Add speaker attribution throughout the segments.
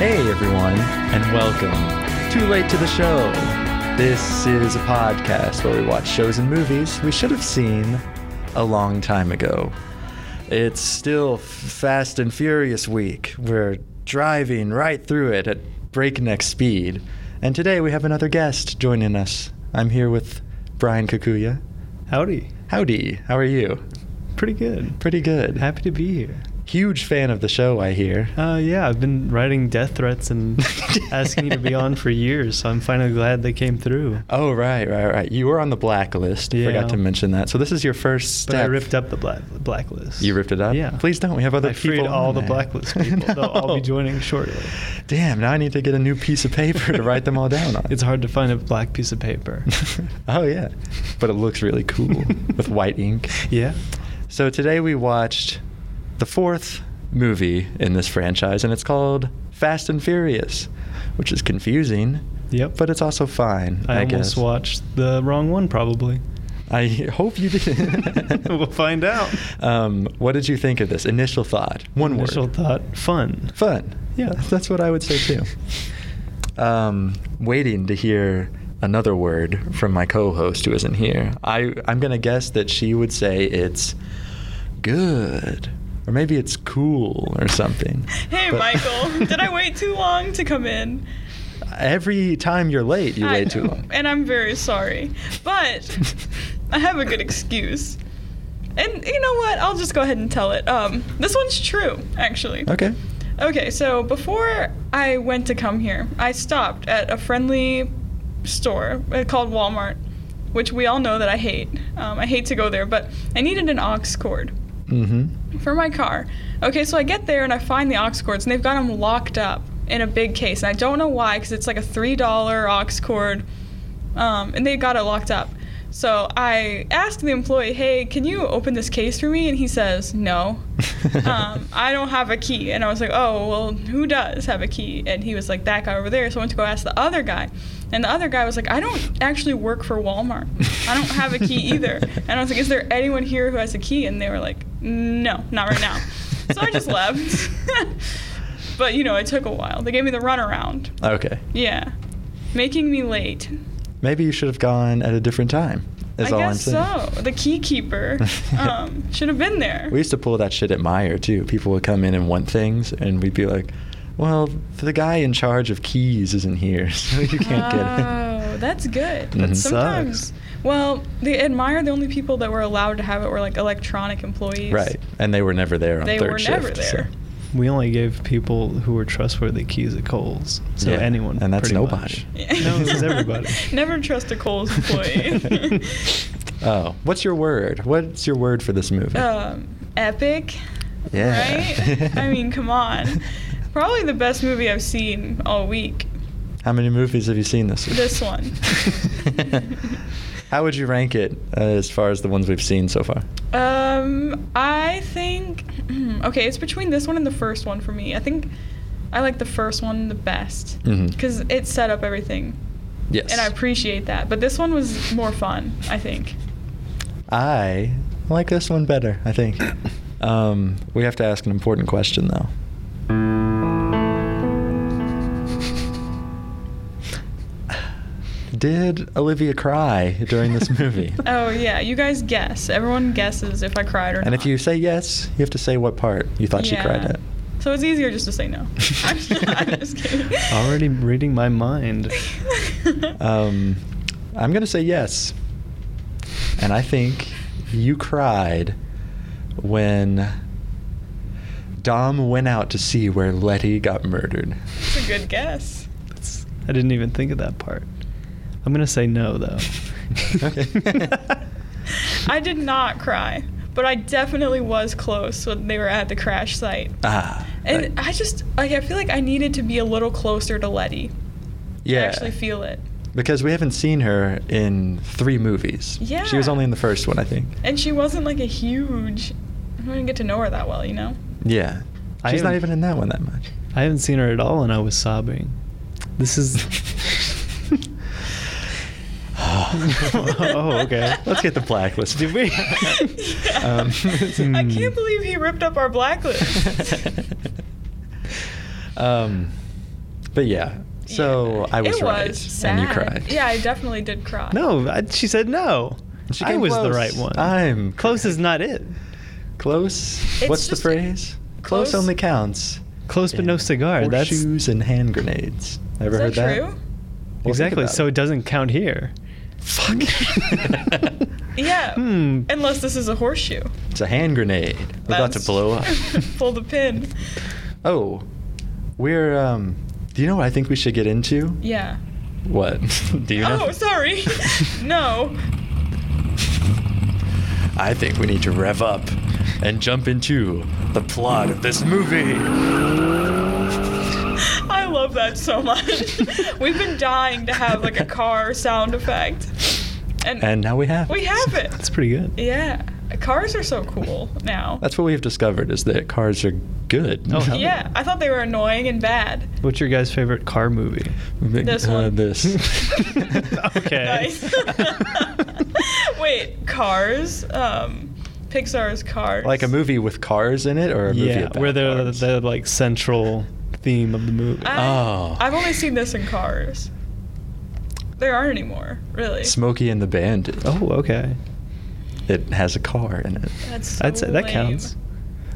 Speaker 1: Hey, everyone, and welcome. Too late to the show. This is a podcast where we watch shows and movies we should have seen a long time ago. It's still f- Fast and Furious week. We're driving right through it at breakneck speed. And today we have another guest joining us. I'm here with Brian Kakuya.
Speaker 2: Howdy.
Speaker 1: Howdy, how are you?
Speaker 2: Pretty good.
Speaker 1: Pretty good.
Speaker 2: Happy to be here.
Speaker 1: Huge fan of the show, I hear.
Speaker 2: Uh, yeah, I've been writing death threats and asking you to be on for years, so I'm finally glad they came through.
Speaker 1: Oh right, right, right. You were on the blacklist.
Speaker 2: Yeah.
Speaker 1: Forgot to mention that. So this is your first
Speaker 2: But
Speaker 1: step.
Speaker 2: I ripped up the black, blacklist.
Speaker 1: You ripped it up.
Speaker 2: Yeah.
Speaker 1: Please don't. We have other
Speaker 2: I
Speaker 1: people.
Speaker 2: freed all
Speaker 1: on
Speaker 2: the
Speaker 1: there.
Speaker 2: blacklist people. They'll all
Speaker 1: No.
Speaker 2: be joining shortly.
Speaker 1: Damn. Now I need to get a new piece of paper to write them all down on.
Speaker 2: It's hard to find a black piece of paper.
Speaker 1: oh yeah, but it looks really cool with white ink.
Speaker 2: Yeah.
Speaker 1: So today we watched the fourth movie in this franchise, and it's called Fast and Furious, which is confusing.
Speaker 2: Yep.
Speaker 1: But it's also fine. I,
Speaker 2: I, almost
Speaker 1: guess.
Speaker 2: watched the wrong one, probably.
Speaker 1: I hope you did.
Speaker 2: We'll find out.
Speaker 1: Um, what did you think of this? Initial thought. One
Speaker 2: Initial
Speaker 1: word.
Speaker 2: thought fun.
Speaker 1: Fun. Yeah, that's what I would say too. Um, waiting to hear another word from my co-host who isn't here. I I'm gonna guess that she would say it's good, or maybe it's cool or something.
Speaker 3: Hey,
Speaker 1: But-
Speaker 3: Michael, did I wait too long to come in?
Speaker 1: Every time you're late, you
Speaker 3: I
Speaker 1: wait too
Speaker 3: know,
Speaker 1: long.
Speaker 3: And I'm very sorry. But I have a good excuse. And you know what? I'll just go ahead and tell it. Um, this one's true, actually.
Speaker 1: okay.
Speaker 3: Okay, so before I went to come here, I stopped at a friendly store uh, called Walmart, which we all know that I hate. Um, I hate to go there, but I needed an aux cord.
Speaker 1: Mm-hmm.
Speaker 3: for my car. Okay, so I get there and I find the aux cords, and they've got them locked up in a big case. And I don't know why, because it's like a $3 aux cord, um, and they got it locked up. So I asked the employee, hey, can you open this case for me? And he says, no, um, I don't have a key. And I was like, oh, well, who does have a key? And he was like, that guy over there. So I went to go ask the other guy. And the other guy was like, I don't actually work for Walmart. I don't have a key either. And I was like, is there anyone here who has a key? And they were like, no, not right now. So I just left. but, you know, it took a while. They gave me the runaround.
Speaker 1: okay.
Speaker 3: Yeah. Making me late.
Speaker 1: Maybe you should have gone at a different time. Is
Speaker 3: I
Speaker 1: all
Speaker 3: guess
Speaker 1: I'm saying.
Speaker 3: so. The key keeper um, should have been there.
Speaker 1: We used to pull that shit at Meyer too. People would come in and want things, and we'd be like, "Well, the guy in charge of keys isn't here, so you can't get
Speaker 3: Oh,
Speaker 1: it."
Speaker 3: that's good.
Speaker 1: That
Speaker 3: But
Speaker 1: sucks.
Speaker 3: sometimes, well, they admire the only people that were allowed to have it were like electronic employees.
Speaker 1: Right, and they were never there on
Speaker 3: They
Speaker 1: third
Speaker 3: were
Speaker 1: shift.
Speaker 3: never there.
Speaker 2: We only gave people who were trustworthy keys at Kohl's. So
Speaker 1: Yeah,
Speaker 2: anyone.
Speaker 1: and that's
Speaker 2: pretty
Speaker 1: nobody.
Speaker 2: much.
Speaker 3: Yeah.
Speaker 2: No, this is everybody.
Speaker 3: Never trust a Kohl's employee.
Speaker 1: So. Oh, what's your word? What's your word for this movie?
Speaker 3: um, epic.
Speaker 1: Yeah.
Speaker 3: Right? I mean, come on. Probably the best movie I've seen all week.
Speaker 1: How many movies have you seen this week?
Speaker 3: This one.
Speaker 1: How would you rank it uh, as far as the ones we've seen so far?
Speaker 3: Um, I think okay, it's between this one and the first one for me. I think I like the first one the best
Speaker 1: Mhm.
Speaker 3: because it set up everything,
Speaker 1: Yes.
Speaker 3: and I appreciate that. But this one was more fun, I think.
Speaker 1: I like this one better, I think. Um, we have to ask an important question, though. Did Olivia cry during this movie?
Speaker 3: Oh yeah, you guys guess. Everyone guesses if I cried or not.
Speaker 1: And if you say yes, you have to say what part you thought she cried
Speaker 3: Yeah.
Speaker 1: at.
Speaker 3: so it's easier just to say no. I'm just, I'm just kidding.
Speaker 2: Already reading my mind.
Speaker 1: Um, I'm going to say yes. And I think you cried when Dom went out to see where Letty got murdered.
Speaker 3: It's a good guess.
Speaker 2: That's, I didn't even think of that part. I'm gonna say no though.
Speaker 1: Okay.
Speaker 3: I did not cry, but I definitely was close when they were at the crash site.
Speaker 1: Ah.
Speaker 3: And
Speaker 1: right.
Speaker 3: I just like I feel like I needed to be a little closer to Letty.
Speaker 1: yeah,
Speaker 3: I actually feel it.
Speaker 1: Because we haven't seen her in three movies.
Speaker 3: Yeah.
Speaker 1: She was only in the first one, I think.
Speaker 3: And she wasn't like a huge I didn't get to know her that well, you know?
Speaker 1: Yeah.
Speaker 2: I
Speaker 1: She's not
Speaker 2: haven't-
Speaker 1: even in that one that much.
Speaker 2: I haven't seen her at all, and I was sobbing. This is. oh, okay.
Speaker 1: Let's get the blacklist.
Speaker 2: Did we?
Speaker 3: Yeah.
Speaker 1: Um,
Speaker 3: I
Speaker 2: hmm.
Speaker 3: can't believe he ripped up our blacklist.
Speaker 1: um, But yeah, so
Speaker 3: Yeah,
Speaker 1: I was
Speaker 3: it
Speaker 1: right,
Speaker 3: Was sad.
Speaker 1: and you cried.
Speaker 3: Yeah, I definitely did cry.
Speaker 2: No, I, she said no.
Speaker 1: She
Speaker 2: I
Speaker 1: came
Speaker 2: was the
Speaker 1: close.
Speaker 2: right one.
Speaker 1: I'm
Speaker 2: close is not it.
Speaker 1: close.
Speaker 3: It's
Speaker 1: What's the
Speaker 3: just-
Speaker 1: phrase? Close,
Speaker 3: close-
Speaker 1: only counts.
Speaker 2: Close but no
Speaker 1: in
Speaker 2: cigar. That's
Speaker 1: horseshoes and hand grenades. Ever
Speaker 3: Is
Speaker 1: heard
Speaker 3: that
Speaker 1: that?
Speaker 3: true?
Speaker 1: Well, think
Speaker 2: exactly.
Speaker 1: about
Speaker 2: So it doesn't count here.
Speaker 1: Fuck.
Speaker 3: Yeah.
Speaker 2: Hmm.
Speaker 3: Unless this is a horseshoe.
Speaker 1: It's a hand grenade. We're about to
Speaker 3: That's-
Speaker 1: blow up.
Speaker 3: Pull the pin.
Speaker 1: oh, we're. Um, do you know what I think we should get into?
Speaker 3: Yeah.
Speaker 1: What? do you know?
Speaker 3: Oh, sorry. no.
Speaker 1: I think we need to rev up and jump into the plot of this movie.
Speaker 3: I love that so much. We've been dying to have like a car sound effect. And,
Speaker 1: And now we have.
Speaker 3: we have it.
Speaker 2: That's pretty good.
Speaker 3: Yeah. Cars are so cool now.
Speaker 1: That's what we've discovered is that cars are good.
Speaker 2: Oh, hell
Speaker 3: yeah, I thought they were annoying and bad.
Speaker 2: What's your guys' favorite car movie?
Speaker 3: This one.
Speaker 1: uh, this.
Speaker 2: Okay.
Speaker 3: Nice. Wait, Cars? Um, Pixar's Cars.
Speaker 1: Like a movie with cars in it, or a movie about
Speaker 2: where they're
Speaker 1: cars?
Speaker 2: the like central theme of the movie. Ah,
Speaker 1: Oh.
Speaker 3: I, I've only seen this in Cars. There aren't any more, really.
Speaker 1: Smokey and the Bandit.
Speaker 2: oh, okay.
Speaker 1: It has a car in it.
Speaker 3: That's so
Speaker 2: I'd say that
Speaker 3: lame.
Speaker 2: counts.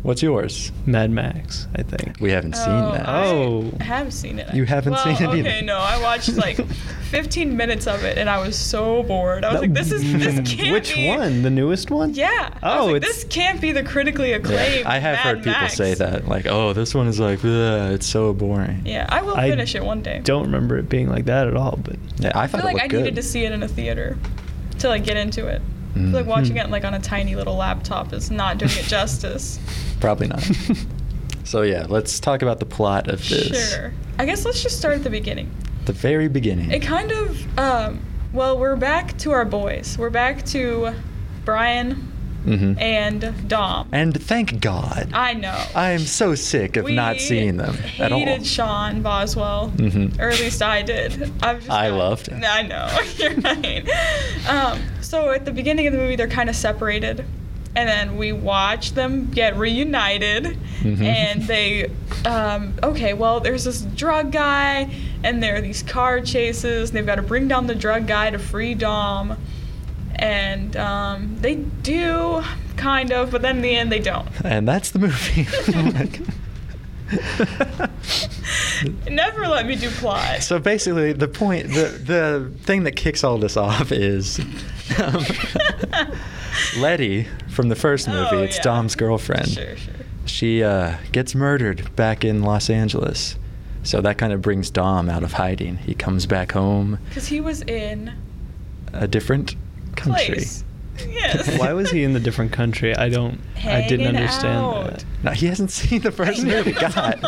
Speaker 1: What's yours?
Speaker 2: Mad Max, I think.
Speaker 1: We haven't seen
Speaker 3: Oh,
Speaker 1: that.
Speaker 3: I
Speaker 2: Oh.
Speaker 3: have seen it.
Speaker 1: You haven't
Speaker 3: well,
Speaker 1: seen it either.
Speaker 3: Okay, no, I watched like 15 minutes of it, and I was so bored. I was
Speaker 1: That-
Speaker 3: like, this is
Speaker 1: Mm,
Speaker 3: this can't
Speaker 2: Which
Speaker 3: be.
Speaker 2: one? The newest one?
Speaker 3: Yeah. I was
Speaker 2: Oh,
Speaker 3: like,
Speaker 2: it's
Speaker 3: this can't be the critically acclaimed.
Speaker 1: Yeah, I have
Speaker 3: Mad
Speaker 1: heard people
Speaker 3: Max.
Speaker 1: say that, like, "Oh, this one is like, ugh, it's so boring."
Speaker 3: Yeah, I will
Speaker 2: I
Speaker 3: finish it one day.
Speaker 2: don't remember it being like that at all, but
Speaker 1: Yeah, I
Speaker 3: I
Speaker 1: thought
Speaker 3: feel like
Speaker 1: it
Speaker 3: I
Speaker 1: looked
Speaker 3: needed
Speaker 1: good.
Speaker 3: to see it in a theater to like get into it. I feel
Speaker 1: Mm.
Speaker 3: like watching
Speaker 2: Hmm.
Speaker 3: it like on a tiny little laptop is not doing it justice.
Speaker 1: Probably not. so yeah, let's talk about the plot of this.
Speaker 3: Sure. I guess let's just start at the beginning.
Speaker 1: The very beginning.
Speaker 3: It kind of, um, well, we're back to our boys. We're back to Brian
Speaker 1: Mhm.
Speaker 3: and Dom.
Speaker 1: And thank God.
Speaker 3: I know.
Speaker 1: I am so sick of
Speaker 3: We
Speaker 1: not seeing them at all.
Speaker 3: hated Sean Boswell,
Speaker 1: Mhm.
Speaker 3: or at least I did. I've just
Speaker 1: I
Speaker 3: got-
Speaker 1: loved him.
Speaker 3: I know you're right. Um, so at the beginning of the movie, they're kind of separated, and then we watch them get reunited,
Speaker 1: Mhm.
Speaker 3: and they, um, okay, well, there's this drug guy, and there are these car chases. And they've got to bring down the drug guy to free Dom, and um, they do kind of, but then in the end, they don't.
Speaker 1: And that's the movie.
Speaker 3: Never let me do plot.
Speaker 1: so basically, the point, the the thing that kicks all this off is um, Letty from the first movie.
Speaker 3: Oh,
Speaker 1: it's
Speaker 3: yeah.
Speaker 1: Dom's girlfriend.
Speaker 3: Sure, sure.
Speaker 1: She uh, gets murdered back in Los Angeles. So that kind of brings Dom out of hiding. He comes back home,
Speaker 3: Because he was in
Speaker 1: a different country.
Speaker 3: place. Yes.
Speaker 2: why was he in the different country? I don't I didn't
Speaker 3: Hanging
Speaker 2: understand
Speaker 3: out.
Speaker 2: that.
Speaker 1: No, he hasn't seen the first
Speaker 3: I know.
Speaker 1: movie. God.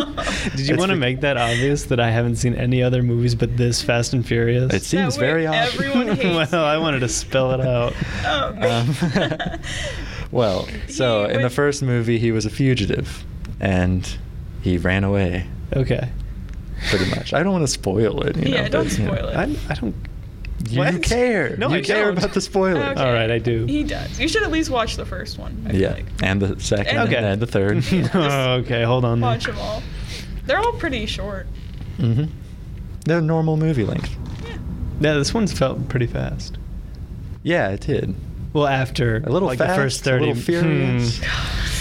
Speaker 2: Did you
Speaker 1: It's
Speaker 2: want to
Speaker 1: be-
Speaker 2: make that obvious that I haven't seen any other movies but this Fast and Furious?
Speaker 1: It seems
Speaker 3: way
Speaker 1: very odd.
Speaker 3: everyone hates
Speaker 2: well, I
Speaker 3: you.
Speaker 2: wanted to spell it out.
Speaker 3: Um,
Speaker 1: Um, well, so
Speaker 3: He
Speaker 1: in the
Speaker 3: went-
Speaker 1: first movie, he was a fugitive, and he ran away,
Speaker 2: Okay.
Speaker 1: pretty much. I don't want to spoil it. You
Speaker 3: Yeah,
Speaker 1: know,
Speaker 3: don't
Speaker 1: but, you know.
Speaker 3: spoil it.
Speaker 2: I, I don't.
Speaker 1: You
Speaker 2: What?
Speaker 1: care.
Speaker 2: No,
Speaker 1: you
Speaker 2: I
Speaker 1: care
Speaker 2: don't.
Speaker 1: about the spoilers.
Speaker 3: Okay.
Speaker 2: All right, I do.
Speaker 3: He does. You should at least watch the first one. I feel
Speaker 1: Uh, Yeah,
Speaker 3: like.
Speaker 1: and the second,
Speaker 3: And-
Speaker 2: Okay.
Speaker 1: and the third. Mm-hmm.
Speaker 2: oh, okay, hold on. there.
Speaker 3: Watch them all. They're all pretty short.
Speaker 1: hmm They're normal movie length.
Speaker 3: Yeah.
Speaker 2: Yeah, this one's felt pretty fast.
Speaker 1: Yeah, it did.
Speaker 2: Well, after
Speaker 1: A little
Speaker 2: like
Speaker 1: fast,
Speaker 2: the first
Speaker 1: a
Speaker 2: thirty.
Speaker 1: little furious.
Speaker 2: Hmm.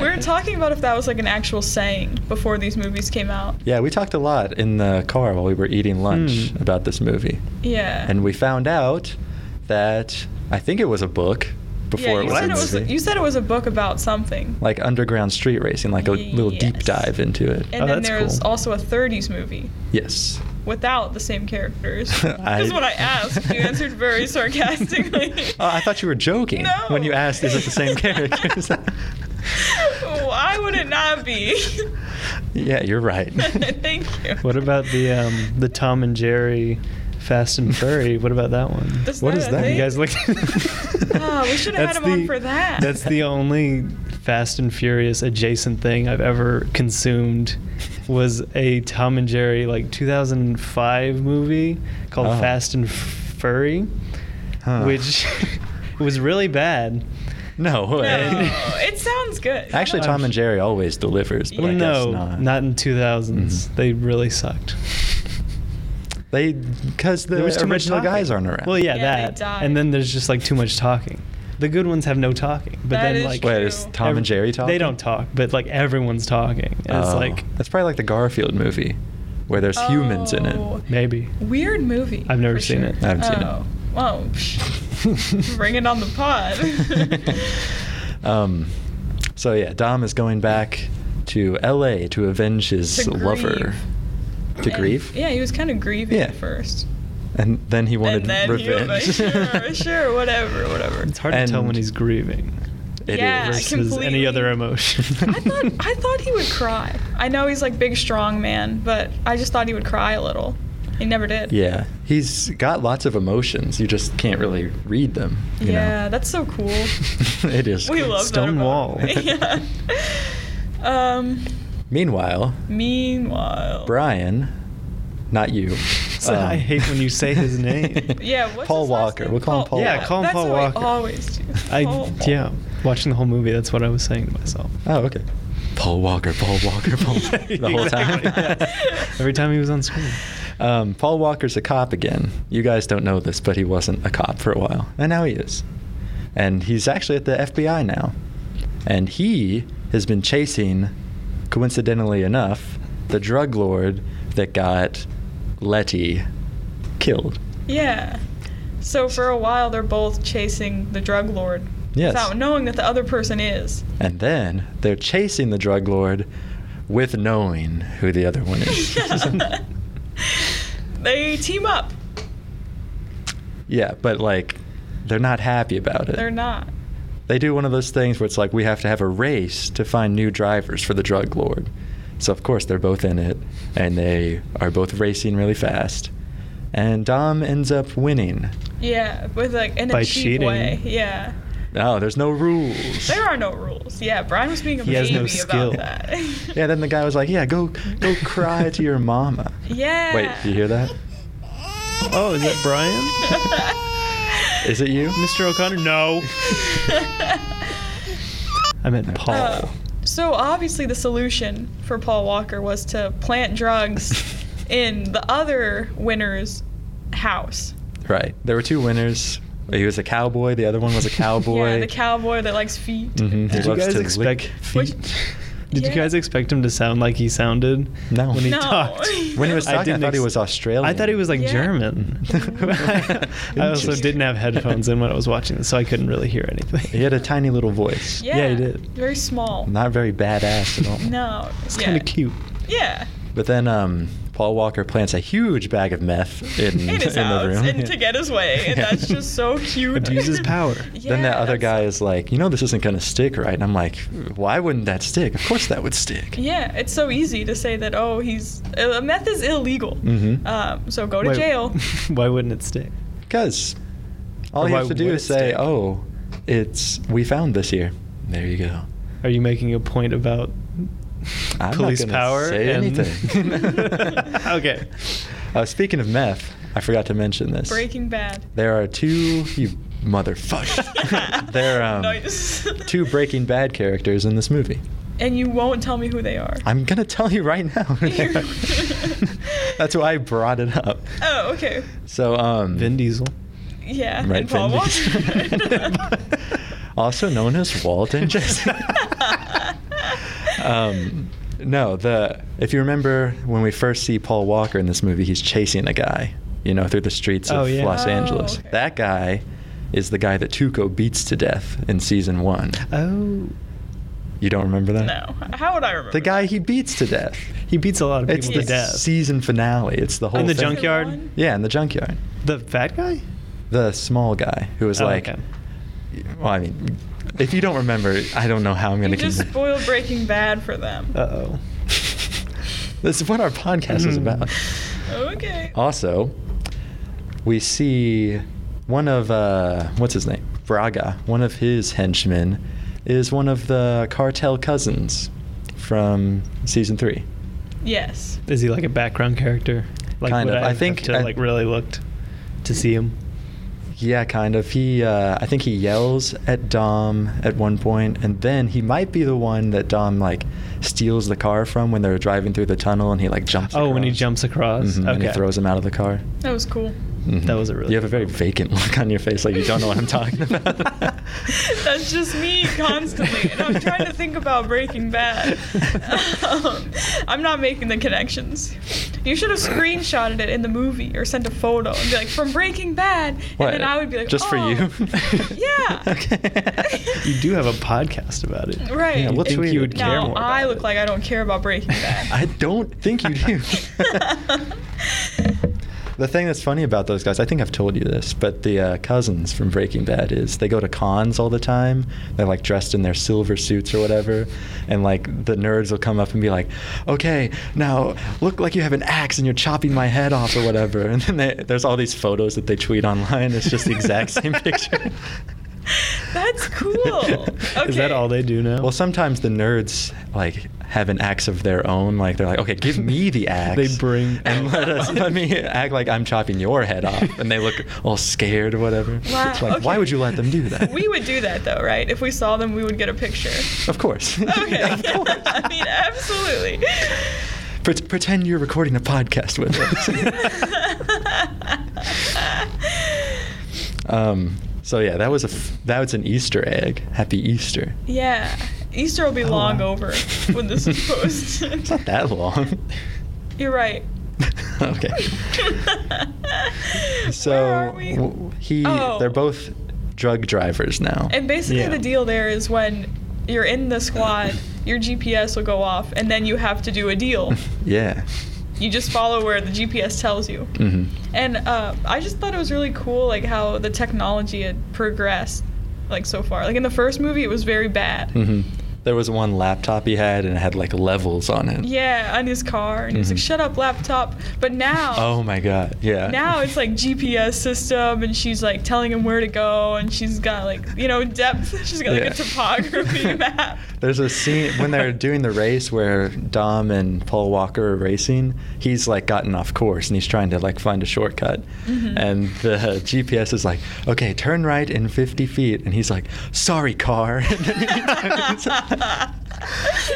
Speaker 3: we were talking about if that was like an actual saying before these movies came out.
Speaker 1: Yeah, we talked a lot in the car while we were eating lunch
Speaker 2: Hmm.
Speaker 1: about this movie.
Speaker 3: Yeah.
Speaker 1: And we found out that I think it was a book before
Speaker 3: yeah, you
Speaker 1: it was
Speaker 3: said
Speaker 1: a
Speaker 3: it was.
Speaker 1: movie.
Speaker 3: You said it was a book about something.
Speaker 1: like underground street racing, like a little deep
Speaker 3: Yes.
Speaker 1: dive into it.
Speaker 3: And
Speaker 2: Oh,
Speaker 3: then
Speaker 2: that's
Speaker 3: there's
Speaker 2: cool.
Speaker 3: also a 30s movie
Speaker 1: yes.
Speaker 3: without the same characters.
Speaker 1: I-
Speaker 3: Because when I asked, you answered very sarcastically.
Speaker 1: Oh, I thought you were joking
Speaker 3: No.
Speaker 1: when you asked, "Is it the same characters?"
Speaker 3: Why would it not be?
Speaker 1: yeah, you're right.
Speaker 3: Thank you.
Speaker 2: What about the um, the Tom and Jerry Fast and Furry? What about that one?
Speaker 3: Is
Speaker 1: What
Speaker 3: that
Speaker 1: is
Speaker 3: a
Speaker 1: that?
Speaker 3: thing?
Speaker 2: you guys look.
Speaker 1: Oh,
Speaker 3: we should have had
Speaker 2: That's
Speaker 3: him on
Speaker 2: the-
Speaker 3: for that.
Speaker 2: That's the only Fast and Furious adjacent thing I've ever consumed. Was a Tom and Jerry like 2005 movie called
Speaker 1: Oh.
Speaker 2: Fast and Furry,
Speaker 1: Huh.
Speaker 2: which was really bad.
Speaker 1: No way.
Speaker 3: No, it sounds good.
Speaker 1: Actually, Tom and Jerry always delivers, but
Speaker 2: Well,
Speaker 1: I
Speaker 2: no,
Speaker 1: guess not.
Speaker 2: not in 2000s.
Speaker 1: Mhm.
Speaker 2: They really sucked.
Speaker 1: They because the
Speaker 2: there was too much
Speaker 1: original
Speaker 2: talking.
Speaker 1: guys aren't around.
Speaker 2: Well, yeah,
Speaker 3: Yeah, they
Speaker 2: that.
Speaker 3: died.
Speaker 2: And then there's just like too much talking. The good ones have no talking, but
Speaker 3: That
Speaker 2: then
Speaker 3: is
Speaker 2: like
Speaker 3: true.
Speaker 1: Wait, is Tom
Speaker 2: every-
Speaker 1: and Jerry talking?
Speaker 2: They don't talk, but like everyone's talking. And It's
Speaker 1: Oh.
Speaker 2: like
Speaker 1: that's probably like the Garfield movie, where there's humans in
Speaker 3: Oh.
Speaker 1: it.
Speaker 2: maybe.
Speaker 3: Weird movie.
Speaker 2: I've never
Speaker 3: for
Speaker 2: seen
Speaker 3: sure.
Speaker 2: it.
Speaker 1: I haven't seen it.
Speaker 3: oh. Well, bring it on the pod.
Speaker 1: um, so yeah, Dom is going back to L.A. to avenge his
Speaker 3: To
Speaker 1: lover, to
Speaker 3: And-
Speaker 1: grieve.
Speaker 3: Yeah, he was kind of grieving
Speaker 1: Yeah.
Speaker 3: at first.
Speaker 1: and then he wanted
Speaker 3: and then he was like,
Speaker 1: revenge.
Speaker 3: sure, sure, whatever, whatever.
Speaker 2: It's hard to tell
Speaker 1: And-
Speaker 2: when he's grieving
Speaker 1: It
Speaker 3: Yeah,
Speaker 1: is.
Speaker 2: versus any
Speaker 3: completely.
Speaker 2: other emotion.
Speaker 3: I thought I thought he would cry. I know he's like big strong man, but I just thought he would cry a little. He never did.
Speaker 1: Yeah, he's got lots of emotions. You just can't really read them. you know?
Speaker 3: Yeah, that's so cool.
Speaker 1: it is.
Speaker 3: We
Speaker 1: cool.
Speaker 3: love
Speaker 2: Stonewall.
Speaker 3: that. about him. yeah. Um.
Speaker 1: Meanwhile,
Speaker 3: Meanwhile.
Speaker 1: Brian, not you.
Speaker 2: So I hate when you say his name.
Speaker 3: Yeah. What's
Speaker 1: Paul
Speaker 3: his last
Speaker 1: Walker.
Speaker 3: name?
Speaker 1: We'll call him Paul.
Speaker 2: Yeah,
Speaker 1: Walker.
Speaker 2: call him
Speaker 3: That's
Speaker 2: Paul
Speaker 3: what
Speaker 2: Walker.
Speaker 3: We always do.
Speaker 2: I
Speaker 3: Paul
Speaker 2: yeah,
Speaker 3: Walker.
Speaker 2: watching the whole movie. That's what I was saying to myself.
Speaker 1: Oh, okay. Paul Walker, Paul Walker, Paul Walker. the whole time.
Speaker 2: Exactly, yes. Every time he was on screen.
Speaker 1: Um, Paul Walker's a cop again. You guys don't know this, but he wasn't a cop for a while, and now he is. And he's actually at the FBI now. And he has been chasing, coincidentally enough, the drug lord that got Letty killed.
Speaker 3: Yeah. So for a while, they're both chasing the drug lord.
Speaker 1: Yes.
Speaker 3: Without knowing that the other person is.
Speaker 1: And then they're chasing the drug lord with knowing who the other one is.
Speaker 3: they team up.
Speaker 1: yeah, but like, they're not happy about it.
Speaker 3: They're not.
Speaker 1: They do one of those things where it's like we have to have a race to find new drivers for the drug lord. So of course they're both in it, and they are both racing really fast. And Dom ends up winning.
Speaker 3: Yeah, with like in a
Speaker 2: By
Speaker 3: cheap
Speaker 2: cheating.
Speaker 3: way. Yeah.
Speaker 1: No, Oh, there's no rules.
Speaker 3: There are no rules. Yeah, Brian was being a
Speaker 2: He has
Speaker 3: baby
Speaker 2: no
Speaker 3: about
Speaker 2: skill.
Speaker 3: that.
Speaker 1: Yeah, then the guy was like, "Yeah, go, go cry to your mama."
Speaker 3: Yeah.
Speaker 1: Wait, do you hear that?
Speaker 2: Oh, is that Brian?
Speaker 3: that?
Speaker 1: Is it you?
Speaker 2: Mr. O'Connor? No. I meant Paul.
Speaker 3: Uh, so obviously the solution for Paul Walker was to plant drugs in the other winner's house.
Speaker 1: Right. There were two winners. He was a cowboy. The other one was a cowboy.
Speaker 3: Yeah, the cowboy that likes feet.
Speaker 1: Mhm, he
Speaker 2: Did you
Speaker 1: loves
Speaker 2: guys
Speaker 1: to
Speaker 2: expect-
Speaker 1: lick
Speaker 3: Which-
Speaker 1: feet.
Speaker 2: Did
Speaker 3: Yeah.
Speaker 2: you guys expect him to sound like he sounded
Speaker 1: No.
Speaker 2: when he
Speaker 3: No.
Speaker 2: talked?
Speaker 1: When he was
Speaker 2: I
Speaker 1: talking, I,
Speaker 2: didn't
Speaker 1: thought he
Speaker 2: ex-
Speaker 1: was Australian.
Speaker 2: I thought he was like
Speaker 3: Yeah.
Speaker 2: German. I also
Speaker 1: Interesting.
Speaker 2: didn't have headphones in when I was watching this, so I couldn't really hear anything.
Speaker 1: He had a tiny little voice.
Speaker 3: Yeah,
Speaker 2: Yeah, he did.
Speaker 3: Very small.
Speaker 1: Not very badass at all.
Speaker 3: No.
Speaker 2: It's
Speaker 3: yeah.
Speaker 2: kind of cute.
Speaker 3: Yeah.
Speaker 1: But then um, Paul Walker plants a huge bag of meth in,
Speaker 3: Mm. In his
Speaker 1: in
Speaker 3: house
Speaker 1: the room.
Speaker 3: and to get his way. And
Speaker 1: Yeah.
Speaker 3: that's just so cute.
Speaker 2: Abuses power.
Speaker 3: Yeah,
Speaker 1: Then that other
Speaker 3: that's-
Speaker 1: guy is like, you know, this isn't going to stick, right? And I'm like, why wouldn't that stick? Of course that would stick.
Speaker 3: Yeah, it's so easy to say that, oh, he's. Uh, meth is illegal.
Speaker 1: Mhm.
Speaker 3: Um, so go to
Speaker 2: Wait,
Speaker 3: jail.
Speaker 2: Why wouldn't it stick?
Speaker 1: Because all
Speaker 2: Or
Speaker 1: you
Speaker 2: why
Speaker 1: have to do
Speaker 2: would
Speaker 1: is
Speaker 2: it
Speaker 1: say,
Speaker 2: stick?
Speaker 1: oh, it's we found this here. There you go.
Speaker 2: Are you making a point about
Speaker 1: I'm not
Speaker 2: police
Speaker 1: gonna
Speaker 2: power?
Speaker 1: say
Speaker 2: and-
Speaker 1: anything.
Speaker 2: okay.
Speaker 1: Uh, speaking of meth, I forgot to mention this.
Speaker 3: Breaking Bad.
Speaker 1: There are two you motherfucker. there are um,
Speaker 3: Nice.
Speaker 1: two Breaking Bad characters in this movie.
Speaker 3: And you won't tell me who they are.
Speaker 1: I'm gonna tell you right now. who they are. That's why I brought it up.
Speaker 3: Oh, okay.
Speaker 1: So um,
Speaker 2: Vin Diesel.
Speaker 3: Yeah.
Speaker 1: Right,
Speaker 3: and Paul
Speaker 1: Vin Diesel.
Speaker 3: Walker.
Speaker 1: also known as Walt and Jesse. um, no, the if you remember when we first see Paul Walker in this movie, he's chasing a guy, you know, through the streets of
Speaker 2: Oh, yeah.
Speaker 1: Los
Speaker 3: Oh,
Speaker 1: Angeles.
Speaker 3: okay.
Speaker 1: That guy is the guy that Tuco beats to death in season one.
Speaker 2: Oh.
Speaker 1: You don't remember that?
Speaker 3: No. How would I remember?
Speaker 1: The guy
Speaker 3: that?
Speaker 1: he beats to death.
Speaker 2: He beats a lot of
Speaker 1: It's
Speaker 2: people
Speaker 1: the
Speaker 2: to death.
Speaker 1: season finale. It's the whole
Speaker 2: In the
Speaker 1: thing.
Speaker 3: Season
Speaker 2: junkyard?
Speaker 3: one?
Speaker 1: Yeah, in the junkyard.
Speaker 2: The fat guy?
Speaker 1: The small guy who was
Speaker 2: Oh,
Speaker 1: like,
Speaker 2: okay.
Speaker 1: well, I mean, if you don't remember, I don't know how I'm going
Speaker 3: You
Speaker 1: to.
Speaker 3: just spoiled Breaking Bad for them.
Speaker 2: Uh oh.
Speaker 1: This is what our podcast is
Speaker 2: Mm.
Speaker 1: about.
Speaker 3: okay.
Speaker 1: Also, we see one of uh, what's his name, Braga. One of his henchmen is one of the cartel cousins from season three.
Speaker 3: Yes.
Speaker 2: Is he like a background character? Like
Speaker 1: Kind
Speaker 2: would
Speaker 1: of. I
Speaker 2: have
Speaker 1: think
Speaker 2: to
Speaker 1: I-
Speaker 2: like really looked to see him.
Speaker 1: Yeah, kind of. He, uh, I think he yells at Dom at one point, and then he might be the one that Dom like steals the car from when they're driving through the tunnel, and he like jumps.
Speaker 2: Oh, when he
Speaker 1: across.
Speaker 2: jumps across.
Speaker 1: Mhm,
Speaker 2: Okay.
Speaker 1: and he throws him out of the car.
Speaker 3: That was cool.
Speaker 1: Mhm.
Speaker 2: That was a really
Speaker 1: You have a
Speaker 2: good
Speaker 1: very
Speaker 2: moment.
Speaker 1: vacant look on your face, like you don't know what I'm talking about.
Speaker 3: That's just me constantly, and I'm trying to think about Breaking Bad. Um, I'm not making the connections. You should have screenshotted it in the movie or sent a photo and be like, "From Breaking Bad,"
Speaker 1: What?
Speaker 3: and then I would be like,
Speaker 1: just for
Speaker 3: "Oh."
Speaker 1: you?
Speaker 3: Yeah.
Speaker 1: okay.
Speaker 2: You do have a podcast about it.
Speaker 3: Right.
Speaker 1: Yeah, we'll
Speaker 2: You'd think
Speaker 1: tweet
Speaker 2: you
Speaker 1: it.
Speaker 2: would care
Speaker 3: Now
Speaker 2: more.
Speaker 3: I
Speaker 2: about
Speaker 3: look
Speaker 2: it.
Speaker 3: like I don't care about Breaking Bad.
Speaker 1: I don't think you do. the thing that's funny about those guys, I think I've told you this, but the uh, cousins from Breaking Bad is they go to cons all the time. They're like dressed in their silver suits or whatever, and like the nerds will come up and be like, "Okay, now look like you have an axe and you're chopping my head off or whatever." And then they, there's all these photos that they tweet online. It's just the exact same picture.
Speaker 3: That's cool. Okay.
Speaker 2: Is that all they do now?
Speaker 1: Well, sometimes the nerds like have an axe of their own. Like they're like, okay, give me the axe.
Speaker 2: They bring-
Speaker 1: and let us let me act like I'm chopping your head off, and they look all scared or whatever.
Speaker 3: Wow,
Speaker 1: It's like, why
Speaker 3: okay.
Speaker 1: would you let them do that?
Speaker 3: We would do that though, right? If we saw them, we would get a picture.
Speaker 1: Of course.
Speaker 3: Okay.
Speaker 1: of course.
Speaker 3: I mean, absolutely.
Speaker 1: Pret- pretend you're recording a podcast with us. um. So yeah, that was a f- that was an Easter egg. Happy Easter.
Speaker 3: yeah. Easter will be
Speaker 1: Oh,
Speaker 3: long
Speaker 1: wow.
Speaker 3: over when this is posted.
Speaker 1: it's not that long.
Speaker 3: You're right.
Speaker 1: okay. So
Speaker 3: Where are we?
Speaker 1: w- he,
Speaker 3: Oh.
Speaker 1: they're both drug drivers now.
Speaker 3: And basically,
Speaker 2: Yeah.
Speaker 3: the deal there is when you're in the squad, your GPS will go off, and then you have to do a deal.
Speaker 1: yeah.
Speaker 3: you just follow where the GPS tells you.
Speaker 1: hmm
Speaker 3: And uh, I just thought it was really cool, like how the technology had progressed, like so far. Like in the first movie, it was very bad.
Speaker 1: hmm There was one laptop he had, and it had like levels on it.
Speaker 3: Yeah, on his car, and he was like,
Speaker 1: Mhm.
Speaker 3: "Shut up, laptop!" But now,
Speaker 1: Oh my god. Yeah.
Speaker 3: now it's like GPS system, and she's like telling him where to go, and she's got like you know depth. She's got like
Speaker 1: Yeah.
Speaker 3: a topography map.
Speaker 1: There's a scene when they're doing the race where Dom and Paul Walker are racing. He's like gotten off course and he's trying to like find a shortcut.
Speaker 3: Mhm.
Speaker 1: And the GPS is like, okay, turn right in 50 feet. And he's like, sorry, car. and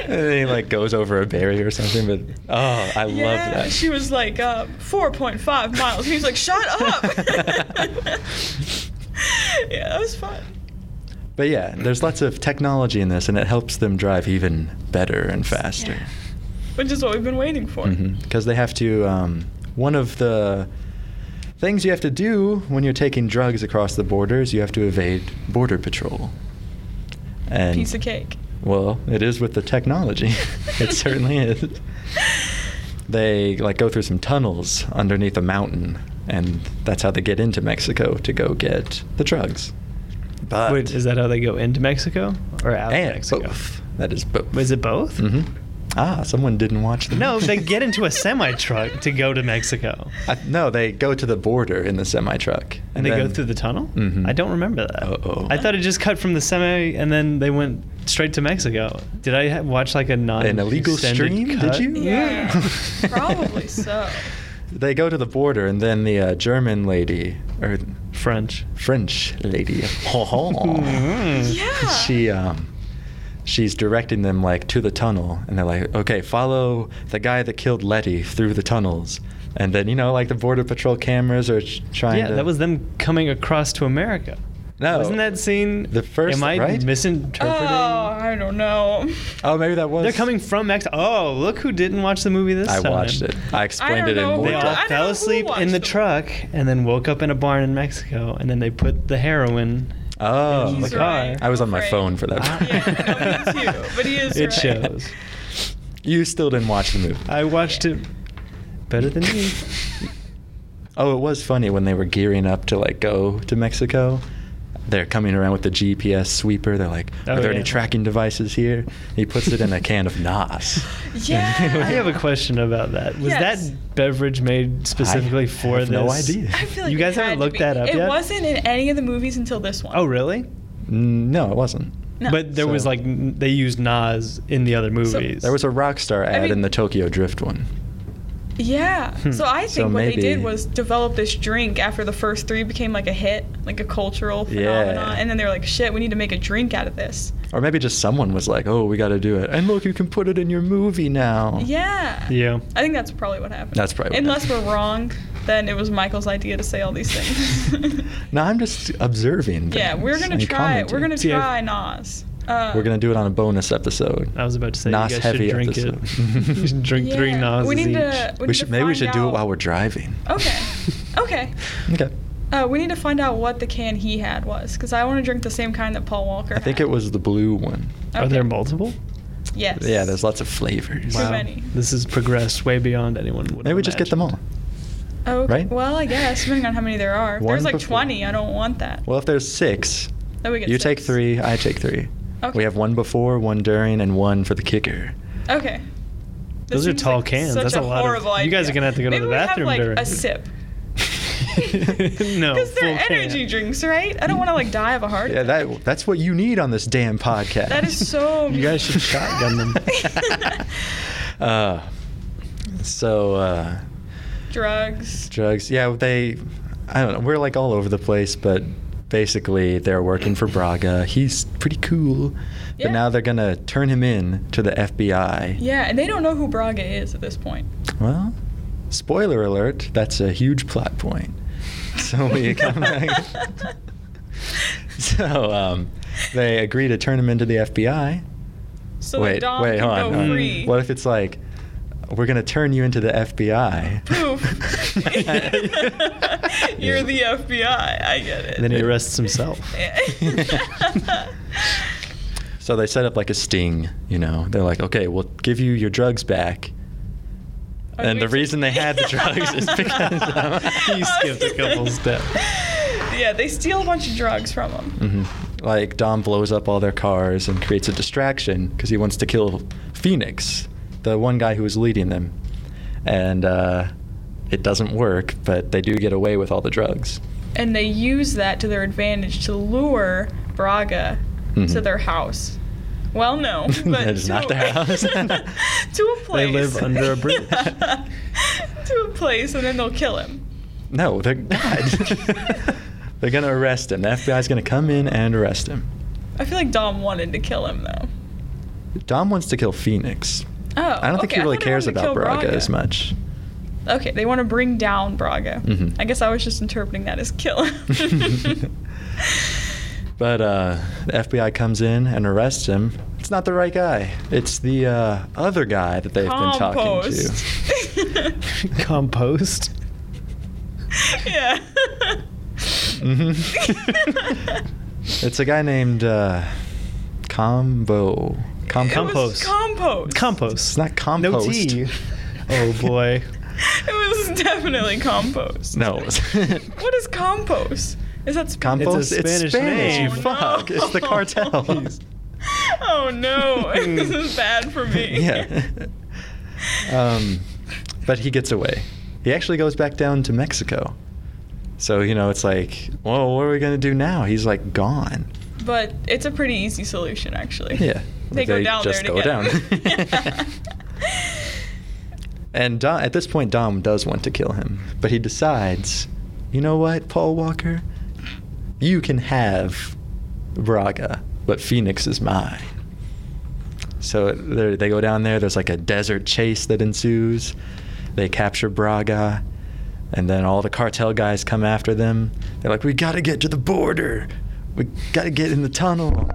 Speaker 1: then he like goes over a barrier or something. But oh, I
Speaker 3: yeah,
Speaker 1: love that.
Speaker 3: She was like uh, 4.5 miles. He's like, "Shut up!" yeah, that was fun.
Speaker 1: But yeah, there's lots of technology in this and it helps them drive even better and faster. Mm-hmm.
Speaker 3: Yeah. Which is what we've been waiting for.
Speaker 1: Because they have to. Um, one of the things you have to do when you're taking drugs across the border is you have to evade border patrol. And
Speaker 3: Piece of cake.
Speaker 1: Well, it is with the technology. it certainly is. They like go through some tunnels underneath a mountain, and that's how they get into Mexico to go get the drugs. But
Speaker 2: Wait, is that how they go into Mexico or out
Speaker 1: and
Speaker 2: of Mexico?
Speaker 1: Eh, both. That is both.
Speaker 2: Was it both?
Speaker 1: hmm Ah, someone didn't watch the
Speaker 2: No,
Speaker 1: movie.
Speaker 2: they get into a semi truck to go to Mexico.
Speaker 1: I, Uh, no, they go to the border in the semi truck,
Speaker 2: And, they go through the tunnel?
Speaker 1: Mhm.
Speaker 2: I don't remember that.
Speaker 1: Uh-oh.
Speaker 2: I thought it just cut from the semi and then they went straight to Mexico. Did I ha- watch like a non
Speaker 1: An illegal
Speaker 2: extended
Speaker 1: stream?
Speaker 2: cut?
Speaker 1: Did you?
Speaker 3: Yeah, probably so.
Speaker 1: They go to the border, and then the uh, German lady or
Speaker 2: French.
Speaker 1: French lady,
Speaker 2: Mhm.
Speaker 3: Yeah.
Speaker 1: she um, she's directing them like to the tunnel, and they're like, okay, follow the guy that killed Letty through the tunnels, and then you know like the border patrol cameras are ch- trying.
Speaker 2: Yeah,
Speaker 1: to,
Speaker 2: that was them coming across to America.
Speaker 1: No,
Speaker 2: Wasn't that scene?
Speaker 1: the first,
Speaker 2: Am I
Speaker 1: right?
Speaker 3: Oh,
Speaker 2: misinterpreting?
Speaker 3: I don't know.
Speaker 1: Oh, maybe that was.
Speaker 2: They're coming from Mexico. Oh, look who didn't watch the movie this
Speaker 1: I
Speaker 2: time.
Speaker 1: watched it. I explained
Speaker 3: don't
Speaker 1: it in
Speaker 3: know
Speaker 1: more
Speaker 2: They
Speaker 3: Well,
Speaker 2: all
Speaker 1: depth.
Speaker 3: I don't know
Speaker 2: fell
Speaker 3: who
Speaker 2: asleep in
Speaker 3: watched
Speaker 2: the
Speaker 3: it.
Speaker 2: truck and then woke up in a barn in Mexico and then they put the heroin.
Speaker 1: Oh,
Speaker 2: He's
Speaker 1: okay.
Speaker 2: right.
Speaker 1: I was on my
Speaker 3: Right.
Speaker 1: phone for that. part.
Speaker 3: Yeah, no, me too, but he is
Speaker 2: It
Speaker 3: right.
Speaker 2: shows.
Speaker 1: You still didn't watch the movie.
Speaker 2: I watched it better than me.
Speaker 1: Oh, it was funny when they were gearing up to like go to Mexico. They're coming around with the GPS sweeper. They're like, "Are
Speaker 2: Oh,
Speaker 1: there
Speaker 2: yeah.
Speaker 1: any tracking devices here?" He puts it in a can of Nas.
Speaker 3: Yeah.
Speaker 2: I have a question about that. Was
Speaker 3: Yes.
Speaker 2: that beverage made specifically
Speaker 1: I
Speaker 2: for
Speaker 1: have
Speaker 2: this?
Speaker 1: no idea.
Speaker 3: I feel like
Speaker 2: You
Speaker 3: it
Speaker 2: guys
Speaker 3: had
Speaker 2: haven't
Speaker 3: to
Speaker 2: looked
Speaker 3: be.
Speaker 2: that up
Speaker 3: it
Speaker 2: yet?
Speaker 3: It wasn't in any of the movies until this one.
Speaker 2: Oh, really?
Speaker 1: Mm, No, it wasn't.
Speaker 3: No.
Speaker 2: But there was
Speaker 1: So-
Speaker 2: like n- they used Nas in the other movies.
Speaker 1: There was a Rockstar ad
Speaker 3: mean-
Speaker 1: in the Tokyo Drift one.
Speaker 3: Yeah. So I
Speaker 1: Hmm.
Speaker 3: think
Speaker 1: So
Speaker 3: what they did
Speaker 1: maybe-
Speaker 3: was develop this drink after the first three became like a hit, like a cultural phenomenon. And then they were like, shit, we need to make a drink out of this.
Speaker 1: Or maybe just someone was like, "Oh, we got to do it." And look, you can put it in your movie now.
Speaker 3: Yeah.
Speaker 2: Yeah.
Speaker 3: I think that's probably what happened.
Speaker 1: Oh. That's probably what
Speaker 3: Unless
Speaker 1: happened.
Speaker 3: we're wrong, then it was Michael's idea to say all these things.
Speaker 1: No, I'm just observing.
Speaker 3: yeah, we're
Speaker 1: things
Speaker 3: gonna
Speaker 1: and
Speaker 3: try.
Speaker 1: commenting.
Speaker 3: We're gonna
Speaker 2: See, I-
Speaker 3: try Nas. Uh,
Speaker 1: We're gonna do it on a bonus episode.
Speaker 2: I was about to say
Speaker 1: Nas
Speaker 2: you guys
Speaker 1: heavy
Speaker 2: should drink
Speaker 1: episode.
Speaker 2: it. you should drink three
Speaker 3: yeah.
Speaker 2: Nas
Speaker 3: We need
Speaker 2: each.
Speaker 3: to. We,
Speaker 1: We
Speaker 3: need
Speaker 1: should
Speaker 3: to
Speaker 1: maybe we
Speaker 3: find
Speaker 1: should do it
Speaker 3: out-
Speaker 1: while we're driving.
Speaker 3: Okay. Okay.
Speaker 1: Okay.
Speaker 3: Uh, we need to find out what the can he had was, because I want to drink the same kind that Paul Walker.
Speaker 1: I think
Speaker 3: had.
Speaker 1: it was the blue one.
Speaker 2: Are there
Speaker 3: Okay.
Speaker 2: multiple?
Speaker 3: Yes.
Speaker 1: Yeah, there's lots of flavors.
Speaker 3: Too many.
Speaker 2: This has progressed way beyond anyone would.
Speaker 1: Maybe
Speaker 2: have
Speaker 1: we just get them all.
Speaker 2: imagined.
Speaker 3: Oh,
Speaker 1: right?
Speaker 3: Well, I guess depending on how many there are. If
Speaker 1: One
Speaker 3: there's like
Speaker 1: before-
Speaker 3: 20. I don't want that.
Speaker 1: Well, if there's six,
Speaker 3: then we get
Speaker 1: you
Speaker 3: six.
Speaker 1: take three, I take three.
Speaker 3: Okay.
Speaker 1: We have one before, one during, and one for the kicker.
Speaker 3: Okay. This
Speaker 2: Those are
Speaker 3: seems
Speaker 2: tall
Speaker 3: like
Speaker 2: cans.
Speaker 3: such
Speaker 2: That's a lot of-
Speaker 3: horrible
Speaker 2: you guys
Speaker 3: idea.
Speaker 2: are gonna have to go to
Speaker 3: Maybe
Speaker 2: the
Speaker 3: we
Speaker 2: bathroom
Speaker 3: have, like,
Speaker 2: during.
Speaker 3: a sip.
Speaker 2: No,
Speaker 3: Because they're
Speaker 2: full can.
Speaker 3: energy drinks, right? I don't want to like die of a heart.
Speaker 1: Yeah,
Speaker 3: attack.
Speaker 1: that that's what you need on this damn podcast.
Speaker 3: That is so
Speaker 1: You guys should
Speaker 3: mean.
Speaker 1: shotgun them. uh, so uh,
Speaker 3: Drugs.
Speaker 1: drugs. Yeah, they. I don't know. We're like all over the place, but basically they're working for Braga. He's pretty cool,
Speaker 3: Yeah.
Speaker 1: but now they're gonna turn him in to the FBI.
Speaker 3: Yeah, and they don't know who Braga is at this point.
Speaker 1: Well, spoiler alert. That's a huge plot point. So we come back. So um, they agree to turn him into the FBI.
Speaker 3: So
Speaker 1: wait,
Speaker 3: that Dom
Speaker 1: wait,
Speaker 3: can
Speaker 1: hold on.
Speaker 3: go
Speaker 1: hold on.
Speaker 3: free.
Speaker 1: What if it's like, we're gonna turn you into the FBI?
Speaker 3: Poof. You're the FBI. I get it.
Speaker 2: And then he arrests himself.
Speaker 1: So they set up like a sting. You know, they're like, okay, we'll give you your drugs back.
Speaker 3: Oh,
Speaker 1: and
Speaker 3: we
Speaker 1: the
Speaker 3: took-
Speaker 1: reason they had the drugs is because um,
Speaker 2: He skipped a couple steps.
Speaker 3: Yeah, they steal a bunch of drugs from him.
Speaker 1: Mhm. Like Dom blows up all their cars and creates a distraction because he wants to kill Phoenix, the one guy who was leading them, and uh, it doesn't work. But they do get away with all the drugs.
Speaker 3: And they use that to their advantage to lure Braga to
Speaker 1: Mhm.
Speaker 3: their house. Well, no, but
Speaker 1: That is
Speaker 3: to
Speaker 1: not
Speaker 3: a-
Speaker 1: their house.
Speaker 3: to a place.
Speaker 2: live under a bridge.
Speaker 3: to a place, and then they'll kill him.
Speaker 1: No, they're not. they're gonna arrest him. The FBI's gonna come in and arrest him.
Speaker 3: I feel like Dom wanted to kill him though.
Speaker 1: Dom wants to kill Phoenix.
Speaker 3: Oh,
Speaker 1: I don't think
Speaker 3: okay,
Speaker 1: he
Speaker 3: I
Speaker 1: really
Speaker 3: thought they wanted
Speaker 1: cares
Speaker 3: to
Speaker 1: about
Speaker 3: kill
Speaker 1: Braga, as much.
Speaker 3: Okay, they want to bring down Braga.
Speaker 1: Mhm.
Speaker 3: I guess I was just interpreting that as kill.
Speaker 1: But uh, the FBI comes in and arrests him. It's not the right guy. It's the uh, other guy that they've
Speaker 3: Compost.
Speaker 1: been talking to.
Speaker 2: Compost.
Speaker 3: yeah.
Speaker 1: Mm-hmm. Mhm. it's a guy named uh, Combo. Com-
Speaker 3: It was
Speaker 2: Compost.
Speaker 3: compost.
Speaker 2: Compost.
Speaker 1: It's not compost.
Speaker 2: No tea. Oh boy.
Speaker 3: It was definitely compost.
Speaker 1: No.
Speaker 3: What is compost? Is that Spanish?
Speaker 1: Compost? It's,
Speaker 2: Spanish
Speaker 1: Spanish.
Speaker 2: name.
Speaker 1: you
Speaker 2: Oh,
Speaker 1: Fuck.
Speaker 3: no.
Speaker 1: It's the cartel. Hmm.
Speaker 2: Jeez.
Speaker 3: Oh no, this is bad for me.
Speaker 1: yeah. um, but he gets away. He actually goes back down to Mexico. So, you know, it's like, well, what are we going to do now? He's like gone.
Speaker 3: But it's a pretty easy solution, actually.
Speaker 1: Yeah.
Speaker 3: They, go
Speaker 1: They
Speaker 3: down
Speaker 1: just
Speaker 3: there
Speaker 1: go
Speaker 3: together.
Speaker 1: down. And Dom, at this point, Dom does want to kill him. But he decides, you know what, Paul Walker? You can have Braga, but Phoenix is mine. So they're- they go down there. There's like a desert chase that ensues. They capture Braga, and then all the cartel guys come after them. They're like, "We gotta get to the border. We gotta get in the tunnel."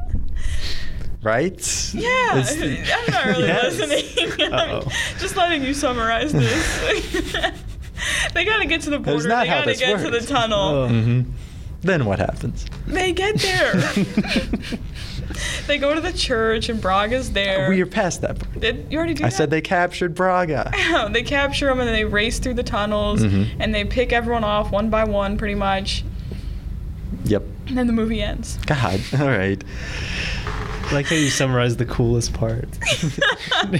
Speaker 1: Right?
Speaker 3: yeah,
Speaker 1: It's-
Speaker 3: I'm not really
Speaker 1: Yes.
Speaker 3: listening. I'm
Speaker 2: Uh-oh.
Speaker 3: just letting you summarize this. they gotta get to the border.
Speaker 1: That's not
Speaker 3: they
Speaker 1: how
Speaker 3: gotta
Speaker 1: this
Speaker 3: get to the
Speaker 1: works.
Speaker 3: tunnel.
Speaker 2: Oh.
Speaker 1: Mhm. Then what happens?
Speaker 3: They get there. they go to the church, and Braga's there.
Speaker 1: We are past that point.
Speaker 3: Did you already do
Speaker 1: I
Speaker 3: that?
Speaker 1: said they captured Braga.
Speaker 3: No, they capture them and they race through the tunnels
Speaker 1: Mhm.
Speaker 3: and they pick everyone off one by one, pretty much.
Speaker 1: yep.
Speaker 3: And then the movie ends.
Speaker 1: God. All right.
Speaker 2: like how you summarized the coolest part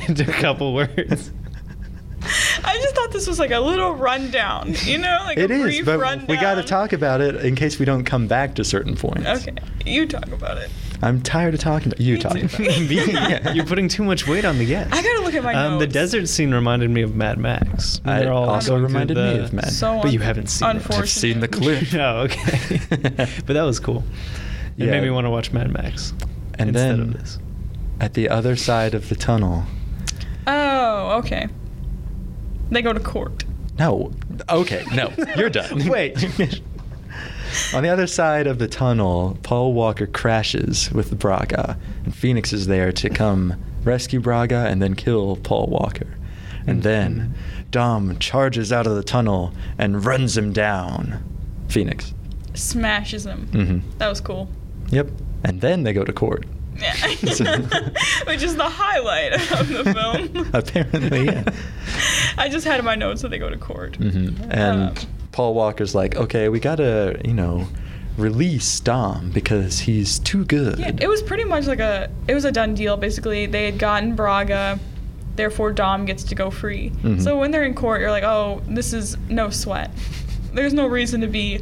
Speaker 2: into a couple words.
Speaker 3: I just thought thought this was like a little rundown, you know, like
Speaker 1: It
Speaker 3: a
Speaker 1: is,
Speaker 3: brief
Speaker 1: but
Speaker 3: rundown.
Speaker 1: we got to talk about it in case we don't come back to certain points.
Speaker 3: Okay, you talk about it.
Speaker 1: I'm tired of talking about you
Speaker 3: Me
Speaker 1: talking
Speaker 3: too.
Speaker 1: about it.
Speaker 2: Me? You're putting too much weight on the guess.
Speaker 3: I gotta look at my
Speaker 2: Um, the
Speaker 3: notes.
Speaker 2: desert scene reminded me of Mad Max. when
Speaker 1: I-
Speaker 2: they're all
Speaker 1: also
Speaker 2: going through
Speaker 1: reminded me
Speaker 2: the-
Speaker 1: of Mad
Speaker 3: So
Speaker 2: But you
Speaker 3: un-
Speaker 2: haven't seen it.
Speaker 3: unfortunate.
Speaker 1: I've seen the clip.
Speaker 2: oh, okay. but that was cool. It
Speaker 1: Yeah.
Speaker 2: made me want to watch Mad Max
Speaker 1: And
Speaker 2: instead
Speaker 1: then-
Speaker 2: of this.
Speaker 1: At the other side of the tunnel.
Speaker 3: Oh, okay. They go to court.
Speaker 1: No. Okay, no. You're done.
Speaker 2: Wait.
Speaker 1: On the other side of the tunnel, Paul Walker crashes with Braga, and Phoenix is there to come rescue Braga and then kill Paul Walker. And then Dom charges out of the tunnel and runs him down. Phoenix.
Speaker 3: Smashes them.
Speaker 1: hmm
Speaker 3: That was cool.
Speaker 1: Yep. And then they go to court.
Speaker 3: Oh. Yeah.
Speaker 1: So-
Speaker 3: Which is the highlight of the film.
Speaker 1: Apparently, yeah.
Speaker 3: I just had in my notes that they go to court.
Speaker 1: hmm And
Speaker 3: Um,
Speaker 1: Paul Walker's like, okay, we gotta, you know, release Dom because he's too good.
Speaker 3: Yeah, it was pretty much like a it was a done deal basically. They had gotten Braga, therefore Dom gets to go free.
Speaker 1: Mhm.
Speaker 3: So when they're in court, you're like, "Oh, this is no sweat. There's no reason to be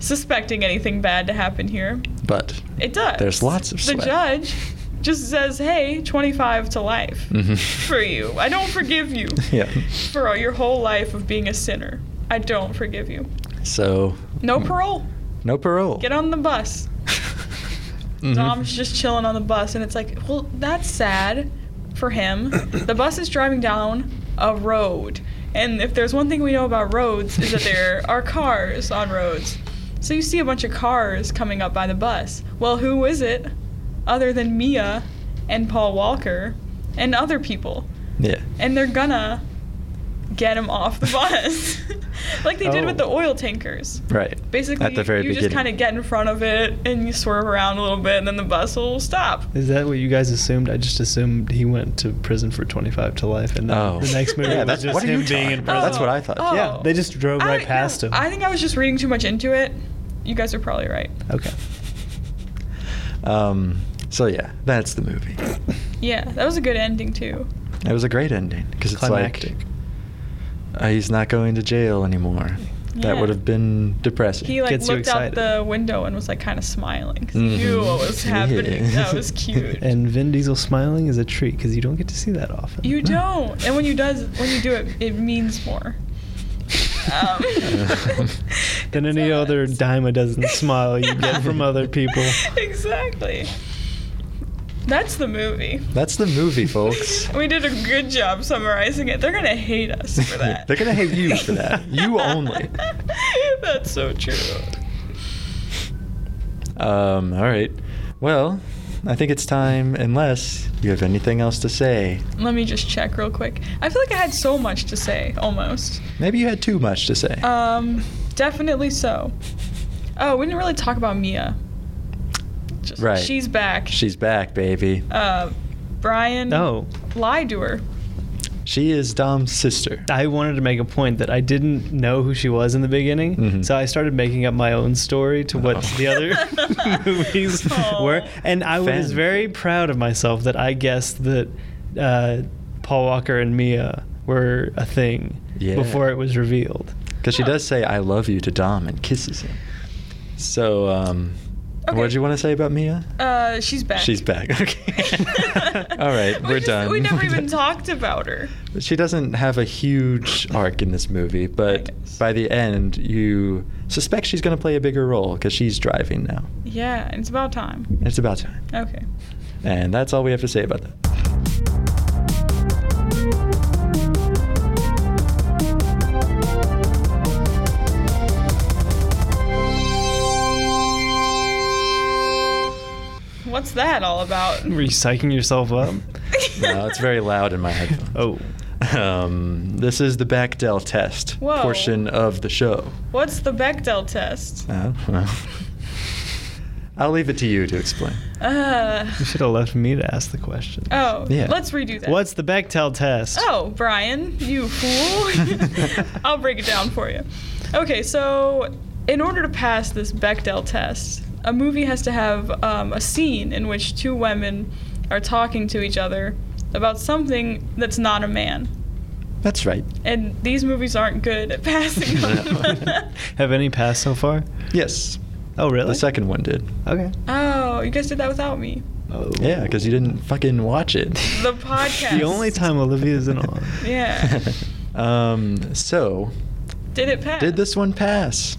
Speaker 3: suspecting anything bad to happen here."
Speaker 1: But
Speaker 3: It does.
Speaker 1: There's lots of
Speaker 3: The
Speaker 1: sweat.
Speaker 3: judge just says, "Hey, 25 to life
Speaker 1: Mhm.
Speaker 3: for you. I don't forgive you
Speaker 1: yeah.
Speaker 3: for your whole life of being a sinner. I don't forgive you.
Speaker 1: So
Speaker 3: No
Speaker 1: Hmm.
Speaker 3: parole.
Speaker 1: No parole.
Speaker 3: Get on the bus."
Speaker 1: Mhm.
Speaker 3: Dom's just chilling on the bus, and it's like, well, that's sad for him. the bus is driving down a road, and if there's one thing we know about roads is that there are cars on roads. So you see a bunch of cars coming up by the bus. Well, who is it other than Mia and Paul Walker and other people?
Speaker 1: Yeah.
Speaker 3: And they're gonna get him off the bus, like they did with the
Speaker 2: Oh.
Speaker 3: oil tankers
Speaker 1: right.
Speaker 3: basically
Speaker 1: at the very
Speaker 3: you
Speaker 1: beginning.
Speaker 3: just kind of get in front of it and you swerve around a little bit and then the bus will stop
Speaker 2: Is that what you guys assumed? I just assumed he went to prison for 25 to life, and then
Speaker 1: Oh.
Speaker 2: the next movie
Speaker 3: Yeah,
Speaker 2: was
Speaker 1: that's-
Speaker 2: just
Speaker 1: what are you
Speaker 2: him being in
Speaker 1: talking about?
Speaker 2: prison.
Speaker 1: That's what I thought.
Speaker 2: Yeah, they just drove right
Speaker 3: I-
Speaker 2: past
Speaker 3: no,
Speaker 2: him.
Speaker 3: i think i was just reading too much into it you guys are probably right
Speaker 2: Okay.
Speaker 1: um, so yeah, that's the movie.
Speaker 3: yeah that was a good ending too
Speaker 1: It was a great ending because it's
Speaker 2: Climactic.
Speaker 1: like uh, he's not going to jail anymore. That
Speaker 3: Yeah.
Speaker 1: would have been depressing.
Speaker 3: he like
Speaker 2: Gets you
Speaker 3: looked out
Speaker 2: excited.
Speaker 3: the window and was like kind of smiling 'cause
Speaker 1: Mhm.
Speaker 3: he knew what was
Speaker 1: Yeah.
Speaker 3: happening that was cute
Speaker 2: And Vin Diesel smiling is a treat because you don't get to see that often.
Speaker 3: you don't and when you does when you do it it means more um,
Speaker 2: than
Speaker 3: it
Speaker 2: any other
Speaker 3: does.
Speaker 2: dime a dozen smile you get from other people.
Speaker 3: exactly. That's the movie.
Speaker 1: That's the movie, folks.
Speaker 3: We did a good job summarizing it. They're gonna hate us for that.
Speaker 1: They're gonna hate you for that. You only.
Speaker 3: That's so true.
Speaker 1: Um, all right. Well, I think it's time, unless you have anything else to say.
Speaker 3: Let me just check real quick. I feel like I had so much to say, almost.
Speaker 1: Maybe you had too much to say.
Speaker 3: Um, definitely so. Oh, we didn't really talk about Mia. Just,
Speaker 1: Right.
Speaker 3: She's back.
Speaker 1: She's back, baby.
Speaker 3: Uh, Brian
Speaker 2: No,
Speaker 3: lied to her.
Speaker 1: She is Dom's sister.
Speaker 2: I wanted to make a point that I didn't know who she was in the beginning,
Speaker 1: Mhm.
Speaker 2: so I started making up my own story to what
Speaker 1: Oh.
Speaker 2: the other movies
Speaker 3: Oh.
Speaker 2: were, and I was
Speaker 1: Fan.
Speaker 2: very proud of myself that I guessed that uh, Paul Walker and Mia were a thing
Speaker 1: Yeah.
Speaker 2: before it was revealed.
Speaker 1: Because she does say "I love you" to Dom and kisses him. So, um,
Speaker 3: Okay.
Speaker 1: what did you want to say about Mia?
Speaker 3: Uh, she's back.
Speaker 1: She's back. Okay. All right,
Speaker 3: We
Speaker 1: we're
Speaker 3: just-
Speaker 1: done.
Speaker 3: We never
Speaker 1: We're done.
Speaker 3: even talked about her.
Speaker 1: She doesn't have a huge arc in this movie, but
Speaker 3: I guess.
Speaker 1: by the end, you suspect she's going to play a bigger role because she's driving now.
Speaker 3: Yeah, and it's about time.
Speaker 1: It's about time.
Speaker 3: Okay.
Speaker 1: And that's all we have to say about that.
Speaker 3: What's that all about?
Speaker 2: Were you psyching yourself up?
Speaker 1: No, it's very loud in my headphones.
Speaker 2: Oh,
Speaker 1: Um, this is the Bechdel test
Speaker 3: Whoa.
Speaker 1: portion of the show.
Speaker 3: What's the Bechdel test?
Speaker 1: Uh, well, I'll leave it to you to explain.
Speaker 3: Uh,
Speaker 2: you should have left me to ask the question.
Speaker 3: oh,
Speaker 1: Yeah.
Speaker 3: let's redo that.
Speaker 2: What's the Bechtel test?
Speaker 3: Oh, Brian, you fool. I'll break it down for you. Okay, so in order to pass this Bechdel test, a movie has to have um, a scene in which two women are talking to each other about something that's not a man.
Speaker 1: That's right.
Speaker 3: And these movies aren't good at passing them.
Speaker 2: Have any passed so far?
Speaker 1: Yes.
Speaker 2: Oh, really?
Speaker 1: The second one did.
Speaker 2: Okay.
Speaker 3: oh, you guys did that without me.
Speaker 2: Oh.
Speaker 1: Yeah, because you didn't fucking watch it.
Speaker 3: The podcast.
Speaker 2: The only time Olivia's in on.
Speaker 3: Yeah.
Speaker 1: um, so,
Speaker 3: Did it pass?
Speaker 1: did this one pass?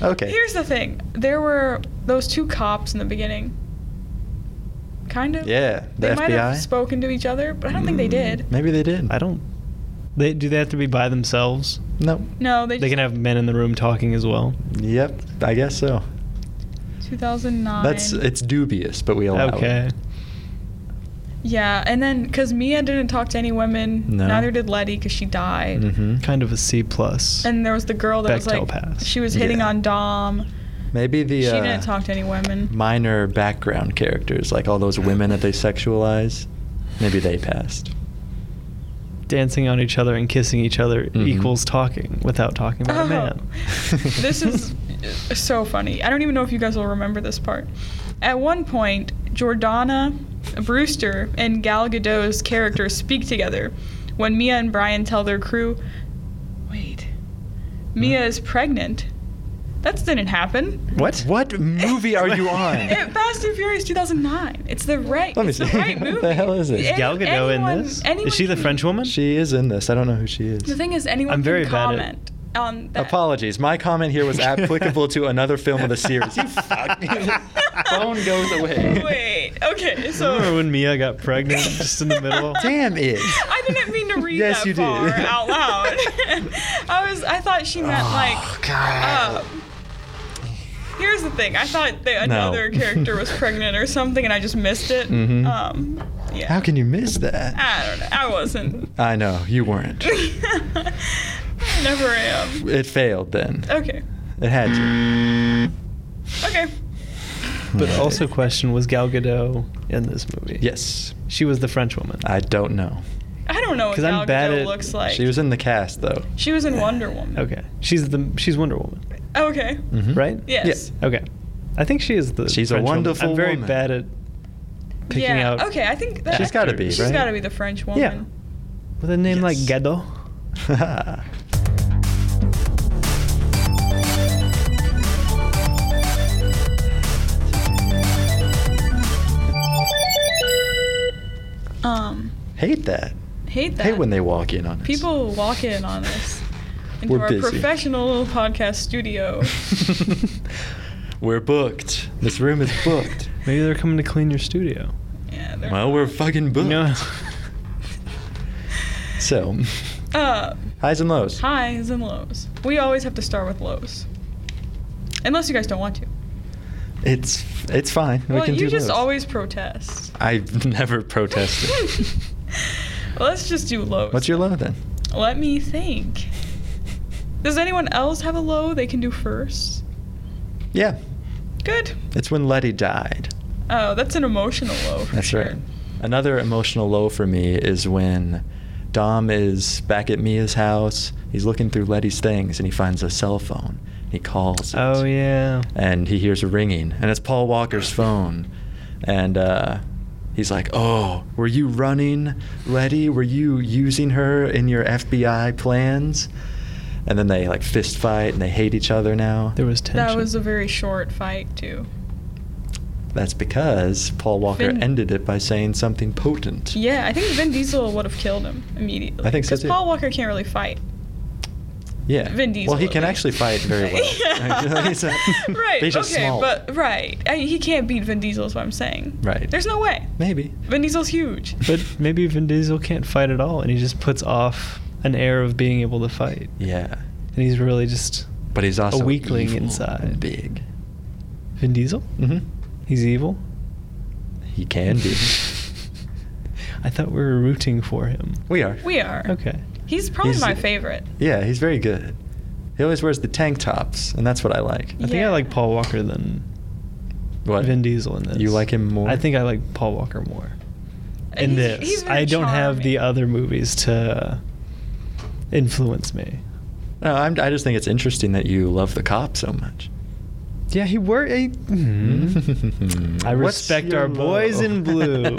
Speaker 1: Okay.
Speaker 3: Here's the thing. There were those two cops in the beginning. Kind of.
Speaker 1: Yeah, the
Speaker 3: They might have
Speaker 1: FBI?
Speaker 3: spoken to each other, but I don't think they
Speaker 1: Mm,
Speaker 3: did.
Speaker 1: Maybe they did.
Speaker 2: I don't. They do they have to be by themselves?
Speaker 1: No.
Speaker 3: No, they.
Speaker 2: They can have men in the room talking as well.
Speaker 1: Yep, I guess so.
Speaker 3: 2009.
Speaker 1: That's it's dubious, but we allow it.
Speaker 2: okay.
Speaker 3: Yeah, and then because Mia didn't talk to any women,
Speaker 1: No.
Speaker 3: neither did Letty because she died.
Speaker 1: Mm-hmm.
Speaker 2: Kind of a C plus.
Speaker 3: And there was the girl that was
Speaker 2: Bechtel
Speaker 3: like,
Speaker 2: pass.
Speaker 3: she was hitting
Speaker 1: Yeah.
Speaker 3: on Dom.
Speaker 1: Maybe the
Speaker 3: She
Speaker 1: uh,
Speaker 3: didn't talk to any women.
Speaker 1: minor background characters, like all those women that they sexualize, maybe they passed.
Speaker 2: dancing on each other and kissing each other
Speaker 1: Mhm.
Speaker 2: equals talking without talking about
Speaker 3: Oh.
Speaker 2: a man.
Speaker 3: this is so funny. I don't even know if you guys will remember this part. At one point, Jordana Brewster and Gal Gadot's characters speak together when Mia and Brian tell their crew, "Wait, Mia is pregnant." That didn't happen.
Speaker 1: What? What movie are you on?
Speaker 3: It, Fast and Furious 2009. It's the right.
Speaker 1: Let me
Speaker 3: it's the
Speaker 1: see.
Speaker 3: right
Speaker 1: What
Speaker 3: movie.
Speaker 1: the hell is this?
Speaker 3: Any-
Speaker 2: Gal Gadot
Speaker 3: anyone-
Speaker 2: in this?
Speaker 3: anyone
Speaker 2: Is she the
Speaker 3: can-
Speaker 2: French woman?
Speaker 1: She is in this. I don't know who she is.
Speaker 3: The thing is, anyone
Speaker 2: I'm very
Speaker 3: can
Speaker 2: bad at-
Speaker 3: comment on that.
Speaker 1: Apologies. My comment here was applicable to another film of the series. You fuck. Phone goes away.
Speaker 3: Wait. Okay.
Speaker 2: Remember
Speaker 3: So
Speaker 2: when Mia got pregnant just in the middle?
Speaker 1: Damn it.
Speaker 3: I didn't mean to read
Speaker 1: Yes,
Speaker 3: that
Speaker 1: you did.
Speaker 3: far out loud. I was. I thought she meant
Speaker 1: Oh,
Speaker 3: like. Uh, here's the thing. I thought that another character was pregnant or something, and I just missed it.
Speaker 1: Mhm.
Speaker 2: Mm-hmm.
Speaker 3: Um. Yeah.
Speaker 1: How can you miss that?
Speaker 3: I don't know. I wasn't.
Speaker 1: I know you weren't.
Speaker 3: I Never am.
Speaker 1: It failed then.
Speaker 3: Okay.
Speaker 1: It had to.
Speaker 3: Oh. Okay.
Speaker 2: But also, question was Gal Gadot in this movie?
Speaker 1: Yes.
Speaker 2: she was the French woman.
Speaker 1: I don't know.
Speaker 3: I don't know what
Speaker 2: 'Cause I'm
Speaker 3: Gal
Speaker 2: bad
Speaker 3: Gadot
Speaker 2: at-
Speaker 3: looks like.
Speaker 1: She was in the cast though.
Speaker 3: She was in Wonder Woman.
Speaker 2: okay, she's the she's Wonder Woman,
Speaker 3: Okay.
Speaker 1: Mhm.
Speaker 2: right?
Speaker 3: Yes.
Speaker 2: Okay, I think she is the.
Speaker 1: She's a
Speaker 2: French woman.
Speaker 1: wonderful
Speaker 2: I'm very
Speaker 1: woman.
Speaker 2: bad at picking
Speaker 3: yeah.
Speaker 2: out
Speaker 3: Okay. I think that
Speaker 1: She's gotta be,
Speaker 3: She's
Speaker 1: right?
Speaker 3: got to be the French woman.
Speaker 2: with a name like
Speaker 1: Yes.
Speaker 2: Gadot.
Speaker 3: Um,
Speaker 1: Hate that.
Speaker 3: hate that.
Speaker 1: Hate when they walk in on us.
Speaker 3: People walk in on us into
Speaker 1: We're
Speaker 3: our
Speaker 1: busy.
Speaker 3: professional podcast studio.
Speaker 1: We're booked. This room is booked.
Speaker 2: Maybe they're coming to clean your studio.
Speaker 3: yeah, they're-
Speaker 1: well, we're fucking booked.
Speaker 2: No.
Speaker 1: So,
Speaker 3: Uh,
Speaker 1: highs and lows.
Speaker 3: highs and lows. We always have to start with lows, unless you guys don't want to.
Speaker 1: It's it's fine. we
Speaker 3: well,
Speaker 1: can
Speaker 3: you
Speaker 1: do
Speaker 3: just
Speaker 1: lows.
Speaker 3: always protest.
Speaker 1: I've never protested.
Speaker 3: Let's just do lows.
Speaker 1: What's your low then?
Speaker 3: Let me think. Does anyone else have a low they can do first?
Speaker 1: Yeah,
Speaker 3: Good.
Speaker 1: it's when Letty died.
Speaker 3: Oh, that's an emotional low. For
Speaker 1: That's
Speaker 3: sure.
Speaker 1: right. Another emotional low for me is when Dom is back at Mia's house. He's looking through Letty's things and he finds a cell phone. He calls. It.
Speaker 2: oh yeah.
Speaker 1: and he hears a ringing, and it's Paul Walker's phone. And uh, he's like, "Oh, were you running, Letty? Were you using her in your FBI plans?" And then they like fist fight, and they hate each other now.
Speaker 2: There was tension.
Speaker 3: That was a very short fight too.
Speaker 1: That's because Paul Walker
Speaker 3: Finn-
Speaker 1: ended it by saying something potent.
Speaker 3: Yeah, I think Vin Diesel would have killed him immediately.
Speaker 1: I think so,
Speaker 3: Because
Speaker 1: too.
Speaker 3: Paul Walker can't really fight.
Speaker 1: Yeah.
Speaker 3: Vin Diesel.
Speaker 1: Well, he
Speaker 3: at
Speaker 1: can
Speaker 3: least.
Speaker 1: actually fight very well.
Speaker 3: Yeah.
Speaker 1: He's a-
Speaker 3: right.
Speaker 1: he's just
Speaker 3: okay,
Speaker 1: small.
Speaker 3: but right, I mean, he can't beat Vin Diesel. Is what I'm saying.
Speaker 1: Right.
Speaker 3: There's no way.
Speaker 1: maybe.
Speaker 3: Vin Diesel's huge.
Speaker 2: But maybe Vin Diesel can't fight at all, and he just puts off an air of being able to fight,
Speaker 1: Yeah.
Speaker 2: and he's really just
Speaker 1: But he's also
Speaker 2: weakling
Speaker 1: evil and
Speaker 2: inside. Mm-hmm.
Speaker 1: Big.
Speaker 2: Vin Diesel.
Speaker 1: hmm
Speaker 2: He's evil.
Speaker 1: He can be.
Speaker 2: I thought we were rooting for him.
Speaker 1: we are.
Speaker 3: We are.
Speaker 2: Okay.
Speaker 3: He's probably
Speaker 1: He's-
Speaker 3: my favorite.
Speaker 1: Yeah, he's very good. He always wears the tank tops, and that's what I like.
Speaker 2: I think I
Speaker 3: Yeah.
Speaker 2: like Paul Walker than
Speaker 1: What?
Speaker 2: Vin Diesel in this.
Speaker 1: You like him more?
Speaker 2: I think I like Paul Walker more in
Speaker 3: He's-
Speaker 2: this.
Speaker 3: he's very
Speaker 2: I don't have the
Speaker 3: charming.
Speaker 2: other movies to influence me.
Speaker 1: No, I'm, I just think it's interesting that you love the cop so much.
Speaker 2: Yeah, he were. I,
Speaker 1: hmm.
Speaker 2: Mm-hmm. I
Speaker 1: What's
Speaker 2: respect
Speaker 1: your
Speaker 2: our boys
Speaker 1: low?
Speaker 2: in blue.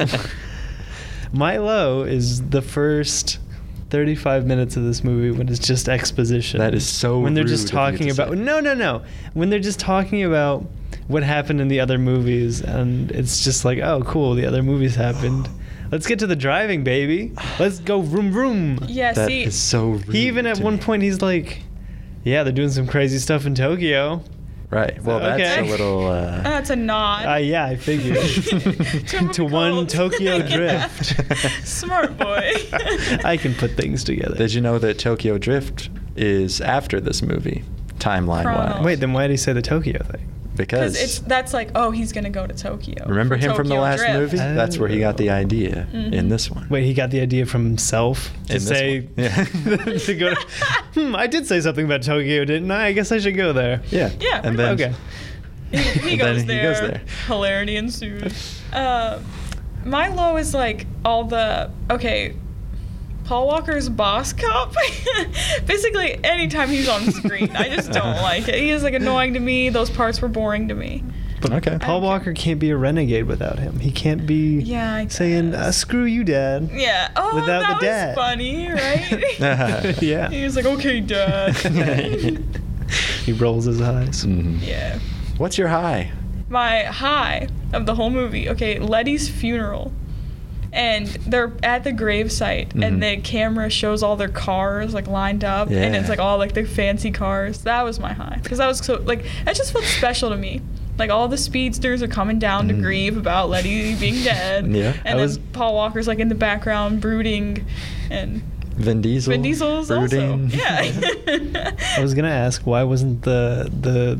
Speaker 2: My low is the first 35 minutes of this movie when it's just exposition.
Speaker 1: That is so
Speaker 2: When they're just
Speaker 1: rude of you
Speaker 2: talking
Speaker 1: to
Speaker 2: about
Speaker 1: say.
Speaker 2: no, no, no. When they're just talking about what happened in the other movies, and it's just like, oh, cool, the other movies happened. Let's get to the driving, baby. Let's go vroom vroom.
Speaker 3: Yeah,
Speaker 1: That
Speaker 3: see,
Speaker 1: is so rude.
Speaker 2: He even at
Speaker 1: to
Speaker 2: one
Speaker 1: me.
Speaker 2: point he's like, yeah, they're doing some crazy stuff in Tokyo.
Speaker 1: Right. Well, that's
Speaker 2: Okay.
Speaker 1: a little. Uh,
Speaker 3: that's a nod.
Speaker 2: Uh, yeah, I figured.
Speaker 1: To
Speaker 2: to one
Speaker 3: Cold.
Speaker 2: Tokyo
Speaker 3: Yeah.
Speaker 2: drift.
Speaker 3: Smart boy.
Speaker 2: I can put things together.
Speaker 1: Did you know that Tokyo Drift is after this movie, timeline wise?
Speaker 3: Chronos.
Speaker 2: Wait, then why did he say the Tokyo thing?
Speaker 1: because
Speaker 3: Because it's that's like, oh, he's gonna go to Tokyo.
Speaker 1: remember him from the
Speaker 3: Tokyo
Speaker 1: last
Speaker 3: Drift.
Speaker 1: movie? That's where he got the idea in
Speaker 3: Mhm.
Speaker 1: this one.
Speaker 2: Oh. Wait, he got the idea from himself to
Speaker 1: In this
Speaker 2: say
Speaker 1: one. Yeah.
Speaker 2: to go. hmm, I did say something about Tokyo, didn't I? I guess I should go there.
Speaker 1: Yeah.
Speaker 3: Yeah,
Speaker 1: And
Speaker 3: pretty
Speaker 1: then
Speaker 2: okay.
Speaker 3: He, he,
Speaker 1: Then
Speaker 3: goes
Speaker 1: he
Speaker 3: there,
Speaker 1: goes there.
Speaker 3: Hilarity ensues. Uh, my low is like all the okay. Paul Walker's boss cop. Basically, anytime he's on screen, I just don't like it. He is like annoying to me. Those parts were boring to me.
Speaker 1: Okay.
Speaker 2: Paul
Speaker 3: Okay.
Speaker 2: Walker can't be a renegade without him. He can't be
Speaker 3: Yeah, I
Speaker 2: saying uh,
Speaker 3: guess.
Speaker 2: "screw you, Dad."
Speaker 3: Yeah. Oh,
Speaker 2: Without
Speaker 3: that
Speaker 2: the
Speaker 3: was
Speaker 2: dad.
Speaker 3: funny, right? he
Speaker 2: yeah.
Speaker 3: was like, okay, dad.
Speaker 2: He rolls his eyes.
Speaker 1: Mhm.
Speaker 3: yeah.
Speaker 1: What's your high?
Speaker 3: my high of the whole movie. Okay, Letty's funeral. And they're at the gravesite,
Speaker 1: Mhm.
Speaker 3: and the camera shows all their cars like lined up, and
Speaker 1: Yeah.
Speaker 3: it's like all like the fancy cars. That was my high because that was so like that just felt special to me. Like all the speedsters are coming down to
Speaker 1: Mm.
Speaker 3: grieve about Letty being dead,
Speaker 1: Yeah.
Speaker 3: and
Speaker 1: I
Speaker 3: then
Speaker 2: was-
Speaker 3: Paul Walker's like in the background brooding, and
Speaker 1: Vin Diesel.
Speaker 3: Vin Diesel's
Speaker 1: brooding.
Speaker 3: also yeah.
Speaker 2: I was gonna ask why wasn't the the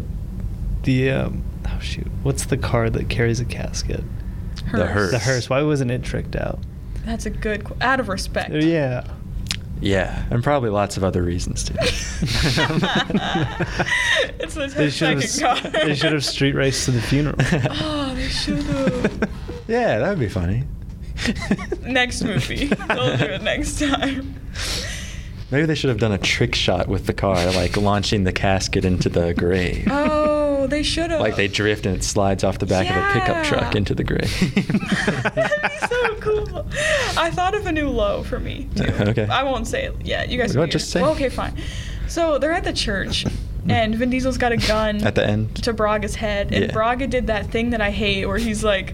Speaker 2: the um, oh shoot, what's the car that carries a casket?
Speaker 1: The hearse.
Speaker 2: The hearse. Why wasn't it tricked out?
Speaker 3: That's a good qu- out of respect.
Speaker 2: Uh, Yeah.
Speaker 1: yeah, and probably lots of other reasons too.
Speaker 3: It's the
Speaker 2: They should have.
Speaker 3: second car.
Speaker 2: They should have street raced to the funeral.
Speaker 3: Oh, they should've.
Speaker 1: yeah, that would be funny.
Speaker 3: Next movie. They'll do it next time.
Speaker 1: Maybe they should have done a trick shot with the car, like launching the casket into the grave.
Speaker 3: Oh, they should have.
Speaker 1: Like they drift and it slides off the back of a pickup truck
Speaker 3: Yeah.
Speaker 1: into the grave.
Speaker 3: That'd be so cool. I thought of a new low for me. Too.
Speaker 1: Okay.
Speaker 3: I won't say it yet. You guys
Speaker 1: Well,
Speaker 3: can
Speaker 1: just say
Speaker 3: hear it. Well,
Speaker 1: it.
Speaker 3: okay, fine. So they're at the church, and Vin Diesel's got a gun.
Speaker 1: At the end.
Speaker 3: To Braga's head, and
Speaker 1: Yeah.
Speaker 3: Braga did that thing that I hate, where he's like.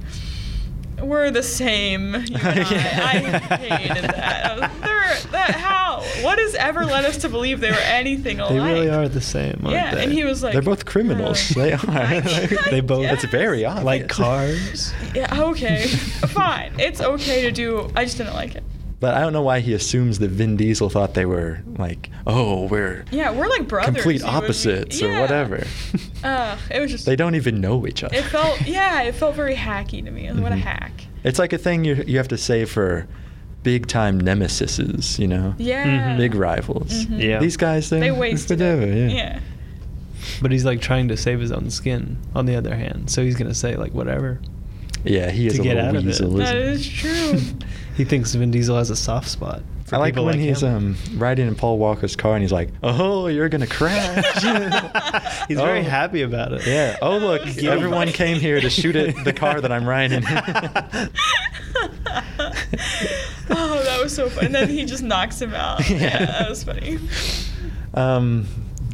Speaker 3: We're the same. You and I.
Speaker 1: Yeah.
Speaker 3: I hated that. I was, "They're- that how? What has ever led us to believe they were anything alike?
Speaker 2: They really are the same, aren't
Speaker 3: Yeah,
Speaker 2: they?
Speaker 3: and he was like,
Speaker 1: They're both criminals.
Speaker 3: "Uh,
Speaker 1: they are.
Speaker 2: They both-
Speaker 1: It's very
Speaker 3: Yes.
Speaker 1: obvious.
Speaker 2: like cars.
Speaker 3: Yeah, okay. Fine. It's okay to do. I just didn't like it.
Speaker 1: But I don't know why he assumes that Vin Diesel thought they were like, oh, we're
Speaker 3: Yeah, we're like brothers.
Speaker 1: complete
Speaker 3: you and me.
Speaker 1: opposites or
Speaker 3: Yeah.
Speaker 1: whatever.
Speaker 3: Ugh, it was just.
Speaker 1: they don't even know each other.
Speaker 3: It felt. Yeah, it felt very hacky to me. What a
Speaker 1: Mhm.
Speaker 3: hack.
Speaker 1: It's like a thing you you have to say for big time nemesises, you know?
Speaker 3: Yeah.
Speaker 1: mm-hmm, Big rivals.
Speaker 3: Mhm.
Speaker 2: Yeah.
Speaker 1: These guys, they're
Speaker 3: They wasted
Speaker 1: whatever,
Speaker 3: it.
Speaker 1: yeah.
Speaker 2: But he's like trying to save his own skin. On the other hand, so he's gonna say like whatever.
Speaker 1: Yeah, he is
Speaker 2: To
Speaker 1: a
Speaker 2: get
Speaker 1: little
Speaker 2: out of it.
Speaker 1: weasel,
Speaker 3: That
Speaker 1: isn't he?
Speaker 3: is true.
Speaker 2: He thinks Vin Diesel has a soft spot. for
Speaker 1: I like
Speaker 2: people
Speaker 1: when he's
Speaker 2: him.
Speaker 1: um, riding in Paul Walker's car and he's like, "Oh, you're gonna crash."
Speaker 2: He's very
Speaker 1: Oh.
Speaker 2: happy about it.
Speaker 1: Yeah. Oh, look,
Speaker 3: That was
Speaker 2: so
Speaker 1: everyone
Speaker 2: funny.
Speaker 1: came here to shoot at the car that I'm riding.
Speaker 2: Yeah.
Speaker 3: oh, that was so funny. And then he just knocks him out.
Speaker 1: Yeah.
Speaker 3: Yeah, that was funny.
Speaker 1: um,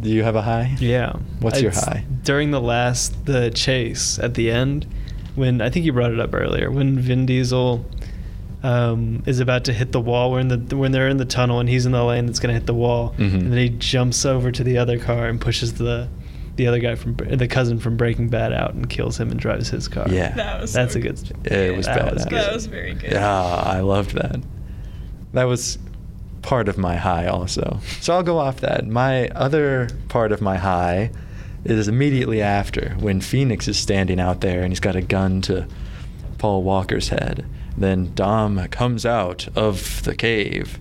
Speaker 1: do you have a high?
Speaker 2: Yeah.
Speaker 1: What's your
Speaker 2: It's
Speaker 1: high?
Speaker 2: During the last the chase at the end, when I think you brought it up earlier, when Vin Diesel um, is about to hit the wall, when the when they're in the tunnel and he's in the lane that's gonna hit the wall,
Speaker 1: Mhm.
Speaker 2: and then he jumps over to the other car and pushes the the other guy from the cousin from Breaking Bad out and kills him and drives his car.
Speaker 1: Yeah.
Speaker 3: That was.
Speaker 2: That's
Speaker 3: so
Speaker 2: a good.
Speaker 1: It was
Speaker 2: that was
Speaker 1: badass.
Speaker 2: good.
Speaker 3: That was very good.
Speaker 1: Yeah, I loved that. That was part of my high also. So I'll go off that. My other part of my high is immediately after when Phoenix is standing out there and he's got a gun to Paul Walker's head. Then Dom comes out of the cave.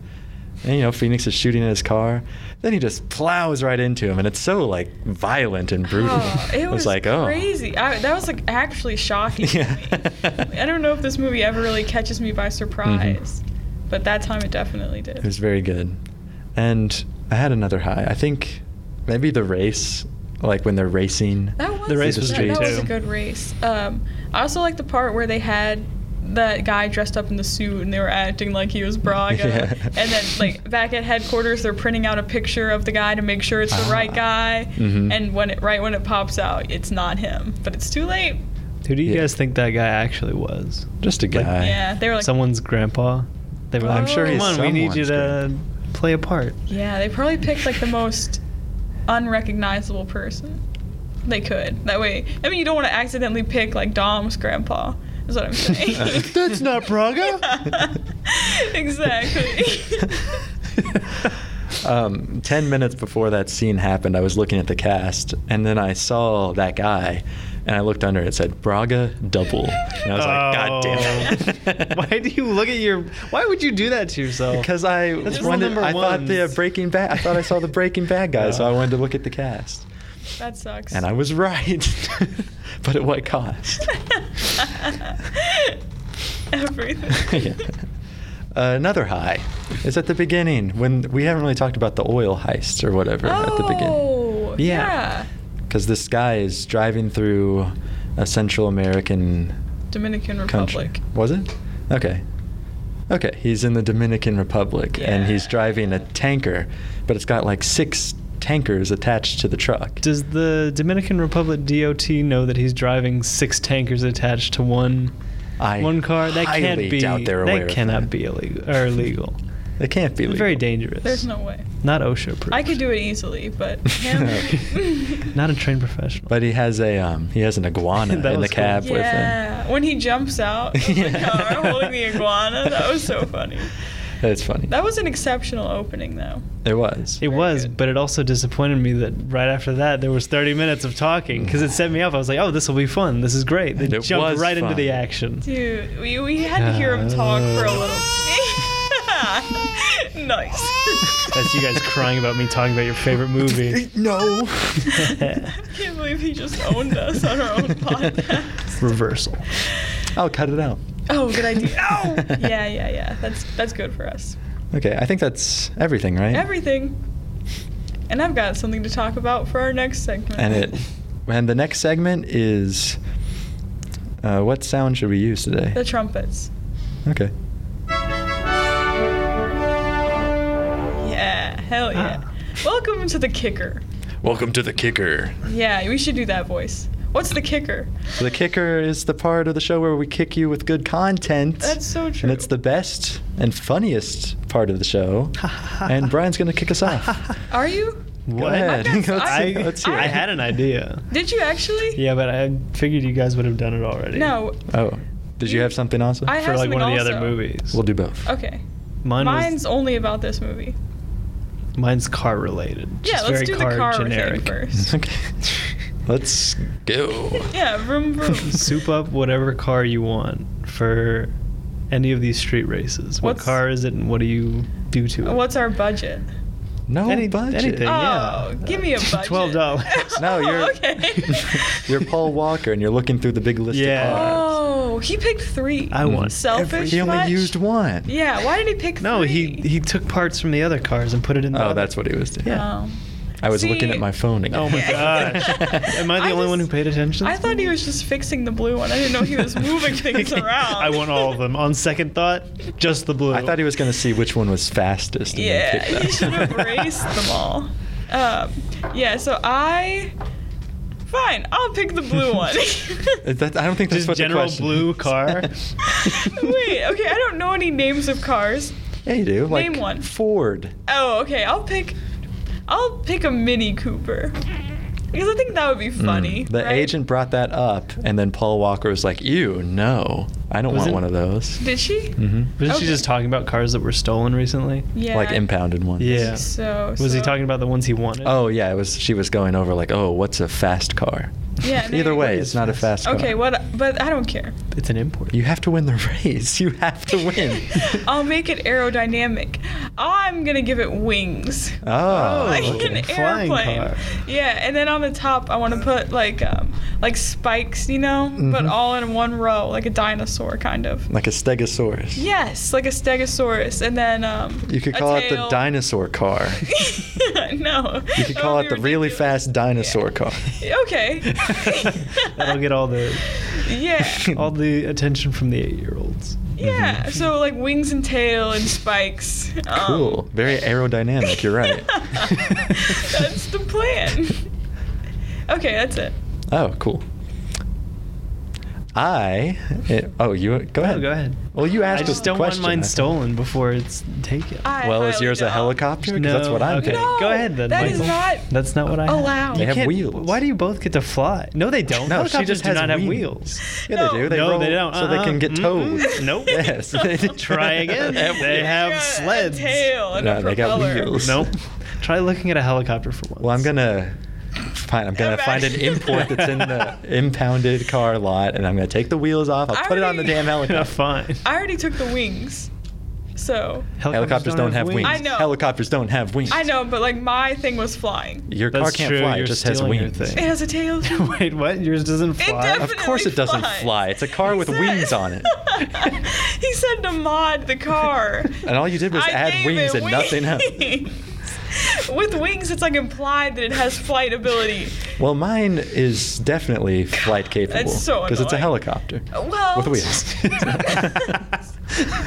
Speaker 1: And you know, Phoenix is shooting at his car. Then he just plows right into him and it's so like violent and brutal.
Speaker 3: Oh, it
Speaker 1: It's
Speaker 3: was
Speaker 1: like, oh.
Speaker 3: crazy. I, that was like actually shocking.
Speaker 1: Yeah.
Speaker 3: To me. I don't know if this movie ever really catches me by surprise, but that time it definitely did.
Speaker 1: Mm-hmm. It was very good. And I had another high. I think maybe the race, like when they're racing.
Speaker 3: That was
Speaker 2: The race
Speaker 1: was
Speaker 3: that,
Speaker 1: great,
Speaker 3: that was
Speaker 1: too.
Speaker 3: a good race. Um, I also like the part where they had that guy dressed up in the suit and they were acting like he was Braga.
Speaker 1: Yeah.
Speaker 3: And then like back at headquarters they're printing out a picture of the guy to make sure it's the right
Speaker 1: Ah.
Speaker 3: guy.
Speaker 1: Mhm.
Speaker 3: And when it right when it pops out, it's not him. But it's too late.
Speaker 2: Who do you
Speaker 1: Yeah.
Speaker 2: guys think that guy actually was?
Speaker 1: Just a
Speaker 2: Like,
Speaker 1: guy.
Speaker 3: yeah, they were like
Speaker 2: someone's grandpa. They were
Speaker 3: Well,
Speaker 2: like,
Speaker 3: I'm sure
Speaker 2: Come
Speaker 3: he's
Speaker 2: on, we need you
Speaker 1: someone's
Speaker 2: to play a part.
Speaker 3: Yeah, they probably picked like the most unrecognizable person they could. That way, I mean, you don't want to accidentally pick like Dom's grandpa. Is what I'm saying.
Speaker 1: That's not Braga.
Speaker 3: exactly.
Speaker 1: um, 10 minutes before that scene happened, I was looking at the cast, and then I saw that guy, and I looked under it, it said Braga Double. And I was like, God damn it.
Speaker 2: Oh. Why do you look at your? Why would you do that to yourself?
Speaker 1: Because I
Speaker 2: That's rule
Speaker 1: wanted,
Speaker 2: number
Speaker 1: I thought
Speaker 2: one.
Speaker 1: the Breaking Bad, I thought I saw the Breaking Bad guy, so
Speaker 2: Yeah.
Speaker 1: I wanted to look at the cast.
Speaker 3: that sucks.
Speaker 1: And I was right. but at what cost?
Speaker 3: Everything.
Speaker 1: Yeah. Uh, another high is at the beginning when we haven't really talked about the oil heists or whatever at the beginning.
Speaker 3: Oh,
Speaker 1: Yeah.
Speaker 3: yeah.
Speaker 1: Because this guy is driving through a Central American
Speaker 3: Dominican
Speaker 1: country.
Speaker 3: Republic.
Speaker 1: Was it? Okay. Okay, he's in the Dominican Republic and he's
Speaker 3: Yeah.
Speaker 1: driving a tanker, but it's got like six tankers attached to the truck.
Speaker 2: Does the Dominican Republic DOT know that he's driving six tankers attached to one
Speaker 1: I
Speaker 2: one car? That
Speaker 1: highly
Speaker 2: can't be.
Speaker 1: doubt they're aware
Speaker 2: that
Speaker 1: of
Speaker 2: cannot
Speaker 1: that.
Speaker 2: be illegal or illegal.
Speaker 1: It can't be legal.
Speaker 2: Very dangerous.
Speaker 3: There's no way.
Speaker 2: Not OSHA proof.
Speaker 3: I could do it e- easily, but him.
Speaker 2: Not a trained professional.
Speaker 1: But he has a um, he has an iguana
Speaker 2: That
Speaker 1: in the
Speaker 2: was cool.
Speaker 1: cab with him.
Speaker 3: Yeah, when he jumps out of the car holding the iguana, that was so funny.
Speaker 1: That's funny.
Speaker 3: That was an exceptional opening, though.
Speaker 1: it was.
Speaker 2: It
Speaker 3: Very
Speaker 2: was,
Speaker 3: good.
Speaker 2: but it also disappointed me that right after that there was 30 minutes of talking because it set me up. I was like, "Oh, this will be fun. This is great." They
Speaker 1: And it
Speaker 2: jumped
Speaker 1: was
Speaker 2: right into the
Speaker 1: fun.
Speaker 2: action.
Speaker 3: Dude, we, we had to hear him talk for a little. nice.
Speaker 2: That's you guys crying about me talking about your favorite movie.
Speaker 1: no.
Speaker 3: I can't believe he just owned us on our own podcast.
Speaker 2: Reversal.
Speaker 1: I'll cut it out.
Speaker 3: Oh, good idea. Oh, yeah, yeah, yeah. That's that's good for us.
Speaker 1: Okay, I think that's everything, right?
Speaker 3: Everything. And I've got something to talk about for our next segment.
Speaker 1: And it and the next segment is uh, what sound should we use today?
Speaker 3: The trumpets.
Speaker 1: Okay.
Speaker 3: Yeah, hell yeah.
Speaker 2: Ah.
Speaker 3: Welcome to the kicker.
Speaker 1: Welcome to the kicker.
Speaker 3: Yeah, we should do that voice. What's the kicker?
Speaker 1: So the kicker is the part of the show where we kick you with good content.
Speaker 3: That's so true.
Speaker 1: And it's the best and funniest part of the show. and Brian's going to kick us off.
Speaker 3: Are you?
Speaker 1: Go
Speaker 2: What?
Speaker 1: ahead.
Speaker 3: I've
Speaker 1: Let's,
Speaker 3: got-
Speaker 1: see-
Speaker 2: I,
Speaker 3: I-
Speaker 1: let's hear
Speaker 2: I
Speaker 1: it.
Speaker 2: had an idea.
Speaker 3: Did you actually?
Speaker 2: Yeah, but I figured you guys would have done it already.
Speaker 3: No.
Speaker 1: Oh, did you have something also?
Speaker 3: I
Speaker 2: For
Speaker 3: have
Speaker 2: like one of the
Speaker 3: something
Speaker 2: other
Speaker 3: also.
Speaker 2: movies.
Speaker 1: We'll do both.
Speaker 3: Okay.
Speaker 2: Mine was-
Speaker 3: Mine's only about this movie.
Speaker 2: Mine's car related.
Speaker 3: Yeah,
Speaker 2: Just
Speaker 3: let's
Speaker 2: very
Speaker 3: do the car thing
Speaker 2: generic.
Speaker 3: first.
Speaker 1: Okay. Let's go.
Speaker 3: Yeah, vroom vroom.
Speaker 2: Soup up whatever car you want for any of these street races. What
Speaker 3: What's-
Speaker 2: car is it, and what do you do to it?
Speaker 3: What's our budget?
Speaker 1: No
Speaker 2: Any-
Speaker 1: budget.
Speaker 2: anything.
Speaker 3: oh,
Speaker 2: Yeah.
Speaker 3: give me a budget.
Speaker 2: Twelve dollars.
Speaker 1: No,
Speaker 3: Oh,
Speaker 1: you're
Speaker 3: okay.
Speaker 1: you're Paul Walker, and you're looking through the big list
Speaker 2: Yeah.
Speaker 1: of cars.
Speaker 3: Oh, he picked three.
Speaker 2: I
Speaker 1: Mm.
Speaker 2: want
Speaker 3: Selfish.
Speaker 1: He only
Speaker 3: much?
Speaker 1: used one.
Speaker 3: Yeah, why did he pick
Speaker 2: No,
Speaker 3: three?
Speaker 2: he he took parts from the other cars and put it in. the
Speaker 1: Oh,
Speaker 2: other-
Speaker 1: that's what he was doing.
Speaker 2: Yeah.
Speaker 3: Um,
Speaker 1: I was looking
Speaker 3: See-
Speaker 1: at my phone again.
Speaker 2: Oh my gosh. Am I the
Speaker 3: I
Speaker 2: only one who
Speaker 3: just-
Speaker 2: paid attention?
Speaker 3: I thought he was just fixing the blue one. I didn't know he was moving things
Speaker 2: Okay.
Speaker 3: around.
Speaker 2: I want all of them. On second thought, just the blue.
Speaker 1: I thought he was going to see which one was fastest. and then
Speaker 3: Yeah,
Speaker 1: pick that.
Speaker 3: he should have raced them all. Um, yeah, so I. Fine, I'll pick the blue one.
Speaker 1: Is that- I don't think that's
Speaker 2: Just
Speaker 1: what the
Speaker 2: general
Speaker 1: question
Speaker 2: blue
Speaker 1: is.
Speaker 2: car?
Speaker 3: Wait, okay, I don't know any names of cars.
Speaker 1: yeah, you do. Like
Speaker 3: Name one.
Speaker 1: Ford.
Speaker 3: Oh, okay, I'll pick. I'll pick a Mini Cooper. Because I think that would be
Speaker 2: Mm.
Speaker 3: funny.
Speaker 1: Hmm, The
Speaker 3: right?
Speaker 1: agent brought that up, and then Paul Walker was like, "Ew, no, I don't want
Speaker 2: Wasn't-
Speaker 1: one of those."
Speaker 3: Did she?
Speaker 1: hmm
Speaker 2: Wasn't she
Speaker 3: Okay.
Speaker 2: just talking about cars that were stolen recently?
Speaker 3: Yeah.
Speaker 1: Like impounded ones.
Speaker 2: Yeah.
Speaker 3: So.
Speaker 2: Was he
Speaker 3: so-
Speaker 2: talking about the ones he wanted?
Speaker 1: Oh yeah, it was. She was going over like, "Oh, what's a fast car?"
Speaker 3: Yeah, there
Speaker 1: Either
Speaker 3: you
Speaker 1: way,
Speaker 3: go.
Speaker 1: it's not a fast car.
Speaker 3: Okay, what? But I don't care.
Speaker 2: It's an import.
Speaker 1: You have to win the race. You have to win.
Speaker 3: I'll make it aerodynamic. I'm gonna give it wings.
Speaker 1: Oh,
Speaker 3: like
Speaker 1: okay.
Speaker 3: an
Speaker 2: Flying
Speaker 3: airplane.
Speaker 2: car.
Speaker 3: Yeah, and then on the top, I want to put like um, like spikes, you know, but
Speaker 1: Mhm.
Speaker 3: all in one row, like a dinosaur kind of.
Speaker 1: Like a stegosaurus.
Speaker 3: Yes, like a stegosaurus, and then um,
Speaker 1: You could
Speaker 3: a
Speaker 1: call it the
Speaker 3: tail.
Speaker 1: dinosaur car.
Speaker 3: no.
Speaker 1: You could
Speaker 3: that
Speaker 1: call
Speaker 3: would
Speaker 1: it
Speaker 3: be
Speaker 1: the really
Speaker 3: ridiculous.
Speaker 1: fast dinosaur car.
Speaker 3: Okay.
Speaker 2: That'll get all the
Speaker 3: Yeah.
Speaker 2: all the attention from the eight year olds.
Speaker 1: Mm-hmm.
Speaker 3: Yeah. So like wings and tail and spikes. Um,
Speaker 1: Cool. Very aerodynamic. You're right.
Speaker 3: that's the plan. Okay, that's it.
Speaker 1: Oh, cool. I. eh, oh, you. Go ahead.
Speaker 2: go ahead.
Speaker 1: Well, you
Speaker 2: I
Speaker 1: asked
Speaker 2: just
Speaker 1: a
Speaker 2: don't
Speaker 1: question. I
Speaker 2: want mine
Speaker 1: think.
Speaker 2: stolen before it's taken.
Speaker 3: I
Speaker 1: Well, is
Speaker 3: highly
Speaker 1: yours a
Speaker 3: doubt.
Speaker 1: helicopter? 'Cause that's
Speaker 2: No,
Speaker 1: what I'm
Speaker 2: okay.
Speaker 1: thinking.
Speaker 2: Go ahead then,
Speaker 3: that is
Speaker 2: Michael.
Speaker 3: not
Speaker 2: That's not what I had.
Speaker 3: allowed.
Speaker 1: They
Speaker 2: You
Speaker 1: have
Speaker 2: can't-
Speaker 1: wheels.
Speaker 2: Why do you both get to fly? No, they don't.
Speaker 1: No, she
Speaker 2: Helicopters
Speaker 1: just
Speaker 2: do
Speaker 1: has
Speaker 2: not have
Speaker 1: wheels.
Speaker 2: wheels.
Speaker 1: Yeah,
Speaker 3: No.
Speaker 1: they do. They
Speaker 2: no,
Speaker 1: roll
Speaker 2: they don't.
Speaker 1: so they
Speaker 2: Uh-uh.
Speaker 1: can get towed.
Speaker 2: Mm-mm. Nope.
Speaker 1: Yes.
Speaker 2: Try again.
Speaker 1: They have
Speaker 2: They
Speaker 1: wheels.
Speaker 2: have
Speaker 3: Yeah,
Speaker 2: sleds.
Speaker 3: A tail and
Speaker 1: No,
Speaker 3: a
Speaker 1: they got
Speaker 3: propeller.
Speaker 1: wheels.
Speaker 2: Nope. Try looking at a helicopter for once.
Speaker 1: Well, I'm gonna find. I'm gonna find an
Speaker 3: Imagine.
Speaker 1: import that's in the impounded car lot, and I'm gonna take the wheels off. I'll
Speaker 3: I
Speaker 1: put it on the
Speaker 3: already-
Speaker 1: damn
Speaker 2: Yeah,
Speaker 1: helicopter.
Speaker 2: fine.
Speaker 3: I already took the wings, so
Speaker 1: Helicopters don't have wings.
Speaker 3: I know.
Speaker 1: Helicopters don't have wings.
Speaker 3: I know. But like my thing was flying.
Speaker 1: Your car
Speaker 2: That's
Speaker 1: can't
Speaker 2: true,
Speaker 1: fly. It
Speaker 2: you're
Speaker 1: just has
Speaker 2: stealing your
Speaker 1: wings.
Speaker 2: thing.
Speaker 3: It has a tail. too.
Speaker 2: Wait, what? Yours doesn't
Speaker 3: It
Speaker 2: fly?
Speaker 1: Of
Speaker 3: definitely
Speaker 1: course it doesn't
Speaker 3: flies.
Speaker 1: fly. It's a car
Speaker 3: He
Speaker 1: with
Speaker 3: said-
Speaker 1: wings on it.
Speaker 3: he said to mod the car.
Speaker 1: And all you did was
Speaker 3: I
Speaker 1: add
Speaker 3: gave
Speaker 1: wings
Speaker 3: it
Speaker 1: and nothing else.
Speaker 3: wings. With wings, it's like implied that it has flight ability.
Speaker 1: Well, mine is definitely flight capable
Speaker 3: so
Speaker 1: it's a
Speaker 3: annoying.
Speaker 1: helicopter
Speaker 3: Well,
Speaker 1: with wheels.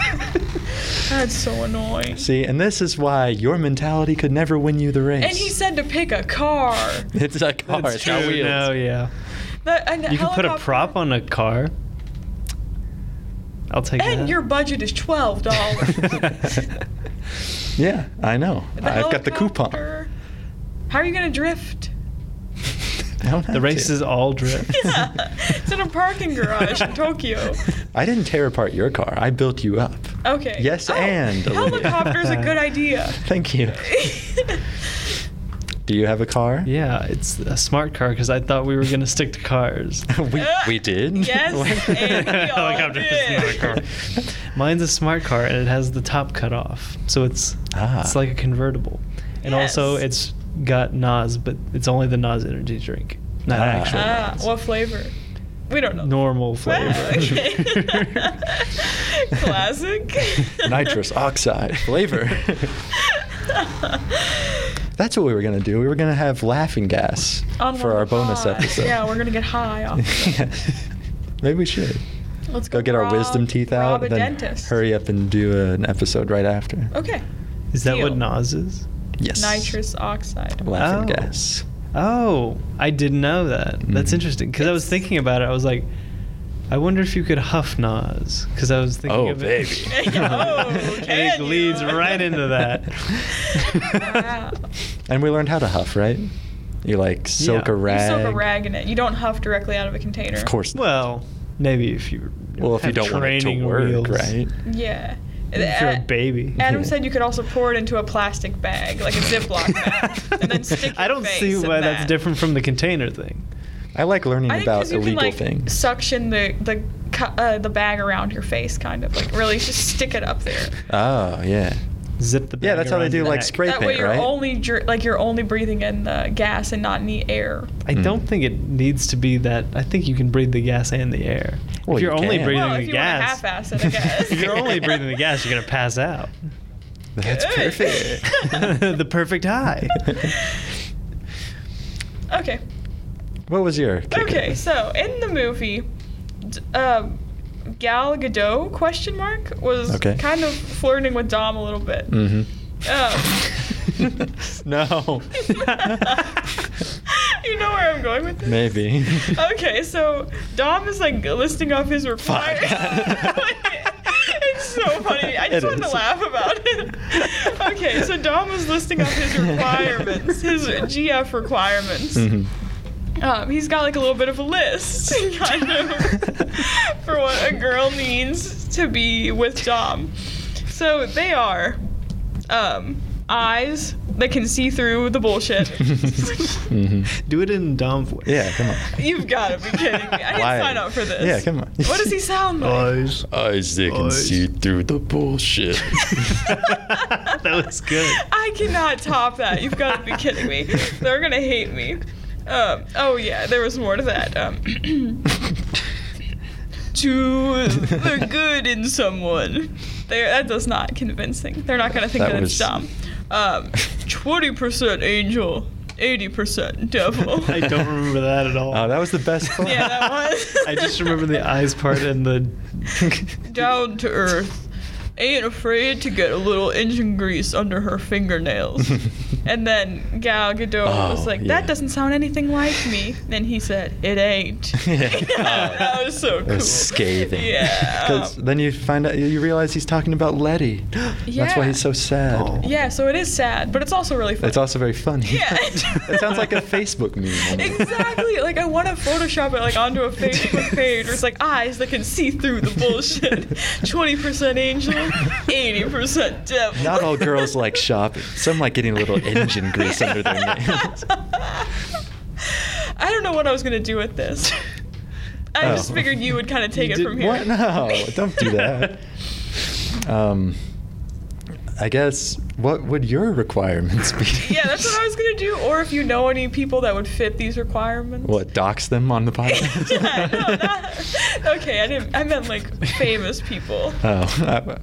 Speaker 3: that's so annoying.
Speaker 1: See, and this is why your mentality could never win you the race.
Speaker 3: And he said to pick a car.
Speaker 1: "It's a car.
Speaker 2: That's
Speaker 1: it's
Speaker 2: true.
Speaker 1: not wheels."
Speaker 2: No, yeah.
Speaker 3: That- and
Speaker 2: You can put a
Speaker 3: helicopter-
Speaker 2: prop on a car. I'll take that.
Speaker 3: And your budget is twelve dollars.
Speaker 1: yeah, I know. I've got the coupon.
Speaker 3: How are you gonna drift?
Speaker 1: I don't
Speaker 2: the
Speaker 1: have
Speaker 2: race
Speaker 1: to.
Speaker 2: is all drift.
Speaker 3: Yeah, it's in a parking garage in Tokyo.
Speaker 1: I didn't tear apart your car. I built you up.
Speaker 3: Okay.
Speaker 1: Yes,
Speaker 3: Oh,
Speaker 1: and, Olivia.
Speaker 3: helicopter is a good idea.
Speaker 1: Thank you. Do you have a car?
Speaker 2: Yeah, it's a smart car because I thought we were gonna stick to cars.
Speaker 1: we, we did.
Speaker 3: Yes, and we all
Speaker 2: Helicopter is
Speaker 3: did.
Speaker 2: not a car. Mine's a smart car and it has the top cut off, so it's
Speaker 1: Ah.
Speaker 2: it's like a convertible. And also,
Speaker 3: Yes.
Speaker 2: it's got Nas, but it's only the Nas energy drink, not
Speaker 1: Ah.
Speaker 2: actual
Speaker 3: Ah,
Speaker 2: Nas.
Speaker 3: what flavor? We don't know.
Speaker 2: Normal
Speaker 3: Well,
Speaker 2: flavor.
Speaker 3: okay. Classic.
Speaker 1: Nitrous oxide flavor. That's what we were gonna do. We were gonna have laughing gas
Speaker 3: On
Speaker 1: for
Speaker 3: one
Speaker 1: our bonus
Speaker 3: high.
Speaker 1: episode.
Speaker 3: Yeah, we're gonna get high off. of it.
Speaker 1: Yeah. Maybe we should
Speaker 3: Let's
Speaker 1: go get our
Speaker 3: rob-
Speaker 1: wisdom teeth
Speaker 3: rob
Speaker 1: out,
Speaker 3: a
Speaker 1: then
Speaker 3: dentist.
Speaker 1: hurry up and do an episode right after.
Speaker 3: Okay.
Speaker 2: Is that what
Speaker 3: Deal.
Speaker 2: Nas is?
Speaker 1: Yes.
Speaker 3: Nitrous oxide.
Speaker 1: Laughing
Speaker 2: Oh.
Speaker 1: gas.
Speaker 2: Oh, I didn't know that. That's
Speaker 1: Mhm.
Speaker 2: interesting because I was thinking about it. I was like, I wonder if you could huff Nas because I was thinking
Speaker 1: Oh,
Speaker 2: of it.
Speaker 1: baby.
Speaker 3: Oh,
Speaker 2: and
Speaker 3: can
Speaker 2: it leads
Speaker 3: you?
Speaker 2: right into that.
Speaker 3: Wow.
Speaker 1: And we learned how to huff, right? You like soak
Speaker 2: Yeah.
Speaker 1: a
Speaker 2: You soak
Speaker 1: rag.
Speaker 3: You soak a rag in it. You don't huff directly out of a container.
Speaker 1: Of course. not.
Speaker 2: Well, maybe if you
Speaker 1: Well, if you
Speaker 2: have
Speaker 1: don't want it to
Speaker 2: training
Speaker 1: work,
Speaker 2: wheels.
Speaker 1: right?
Speaker 3: Yeah.
Speaker 2: If you're a
Speaker 3: A-
Speaker 2: baby.
Speaker 1: and-
Speaker 3: Adam said you could also pour it into a plastic bag, like a Ziploc bag, and then stick your
Speaker 2: I don't
Speaker 3: face
Speaker 2: see
Speaker 3: in
Speaker 2: why that's
Speaker 3: that.
Speaker 2: different from the container thing.
Speaker 1: I like learning
Speaker 3: I think 'cause
Speaker 1: about
Speaker 3: you
Speaker 1: illegal
Speaker 3: can, like,
Speaker 1: things.
Speaker 3: Suction the the cu- uh, the bag around your face, kind of like really just stick it up there.
Speaker 1: Oh yeah.
Speaker 2: Zip the bag
Speaker 1: Yeah, that's how they
Speaker 2: around
Speaker 1: do,
Speaker 2: your
Speaker 1: like,
Speaker 2: neck.
Speaker 1: spray-
Speaker 3: that way
Speaker 1: paint,
Speaker 3: you're
Speaker 1: right?
Speaker 3: only dr- like you're only breathing in the gas and not any air.
Speaker 2: I
Speaker 1: Mm.
Speaker 2: don't think it needs to be that. I think you can breathe the gas and the air.
Speaker 1: Well,
Speaker 2: if
Speaker 1: you
Speaker 2: you're only
Speaker 1: can.
Speaker 2: breathing
Speaker 3: well,
Speaker 2: the
Speaker 3: if you
Speaker 2: gas,
Speaker 3: want to half-ass it, I guess.
Speaker 2: if you're only breathing the gas, you're gonna pass out.
Speaker 1: That's
Speaker 3: Good.
Speaker 1: perfect.
Speaker 2: the perfect high.
Speaker 3: Okay.
Speaker 1: what was your? kicker?
Speaker 3: Okay. So in the movie, d- um, Gal Gadot question mark was
Speaker 1: Okay.
Speaker 3: kind of flirting with Dom a little bit.
Speaker 1: Mhm.
Speaker 3: Um,
Speaker 1: no.
Speaker 3: you know where I'm going with this?
Speaker 1: Maybe.
Speaker 3: Okay, so Dom is like listing off his replies. it's so funny. I just
Speaker 1: It
Speaker 3: wanted
Speaker 1: is.
Speaker 3: to laugh about it. Okay, so Dom is listing off his requirements, his GF requirements.
Speaker 1: Mhm.
Speaker 3: Um, he's got like a little bit of a list, kind of, for what a girl needs to be with Dom. So they are um, eyes that can see through the bullshit.
Speaker 1: Mhm.
Speaker 2: Do it in Dom voice.
Speaker 1: Yeah, come on.
Speaker 3: You've got to be kidding me. I didn't
Speaker 1: Why?
Speaker 3: sign up for this.
Speaker 1: Yeah, come on.
Speaker 3: What does he sound like?
Speaker 1: Eyes that
Speaker 2: can Eyes. see
Speaker 1: through the bullshit.
Speaker 2: that was good.
Speaker 3: I cannot top that. You've got to be kidding me. They're going to hate me. Um, oh yeah, there was more to that. Um, to the good in someone. They, that does not convincing. They're not gonna think
Speaker 1: That
Speaker 3: that, it's
Speaker 1: was-
Speaker 3: dumb. Um, Twenty percent angel, eighty percent devil.
Speaker 2: I don't remember that at all.
Speaker 1: Oh, that was the best part.
Speaker 3: yeah, that was.
Speaker 2: I just remember the eyes part and the.
Speaker 3: down to earth. Ain't afraid to get a little engine grease under her fingernails. and then Gal Gadot
Speaker 1: Oh,
Speaker 3: was like, "That
Speaker 1: yeah.
Speaker 3: doesn't sound anything like me." And he said, "It ain't." that was so cool.
Speaker 1: That was scathing.
Speaker 3: Yeah.
Speaker 1: 'Cause then you find out, you realize he's talking about Letty. That's why
Speaker 3: Yeah.
Speaker 1: he's so sad.
Speaker 2: Oh.
Speaker 3: Yeah, so it is sad, but it's also really fun.
Speaker 1: It's also very funny.
Speaker 3: Yeah.
Speaker 1: it sounds like a Facebook meme. almost.
Speaker 3: Exactly. Like I want to Photoshop it like onto a Facebook page where it's like eyes that can see through the bullshit. Twenty percent angel, eighty percent devil.
Speaker 1: Not all girls like shopping. Some like getting a little engine grease under their nails.
Speaker 3: I don't know what I was gonna do with this. I
Speaker 1: Oh.
Speaker 3: just figured you would kind of take
Speaker 2: You
Speaker 3: it
Speaker 2: did-
Speaker 3: from here.
Speaker 1: What? No, don't do that. Um, I guess what would your requirements be?
Speaker 3: yeah, that's what I was gonna do. Or if you know any people that would fit these requirements.
Speaker 1: What dox them on the podcast?
Speaker 3: yeah, no, not, okay, I didn't. I meant like famous people.
Speaker 1: Oh, I-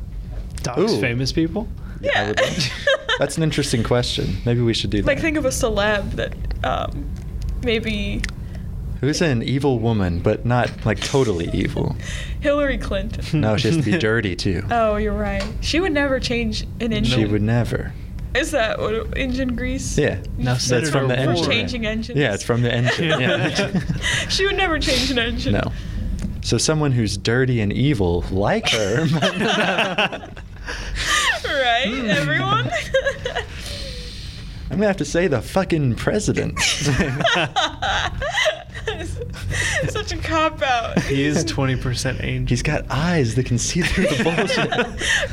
Speaker 2: Doc's
Speaker 1: Uh, Ooh.
Speaker 2: famous people?
Speaker 1: I
Speaker 3: yeah,
Speaker 1: would like- that's an interesting question. Maybe we should do that.
Speaker 3: Like think of a celeb that um, maybe
Speaker 1: Who's an evil woman, but not like totally evil?
Speaker 3: Hillary Clinton.
Speaker 1: No, she has to be dirty too.
Speaker 3: Oh, you're right. She would never change an engine.
Speaker 1: She would never.
Speaker 3: Is that what engine grease?
Speaker 1: Yeah.
Speaker 2: Now,
Speaker 1: That's
Speaker 2: Senator
Speaker 1: from the
Speaker 2: Warren.
Speaker 1: engine.
Speaker 3: For changing engines.
Speaker 1: Yeah, it's from the engine. Yeah.
Speaker 3: she would never change an engine.
Speaker 1: no. So someone who's dirty and evil, like her.
Speaker 3: right, everyone?
Speaker 1: I'm gonna have to say the fucking president.
Speaker 3: Such a cop out.
Speaker 2: He is 20% angel.
Speaker 1: He's got eyes that can see through the bullshit.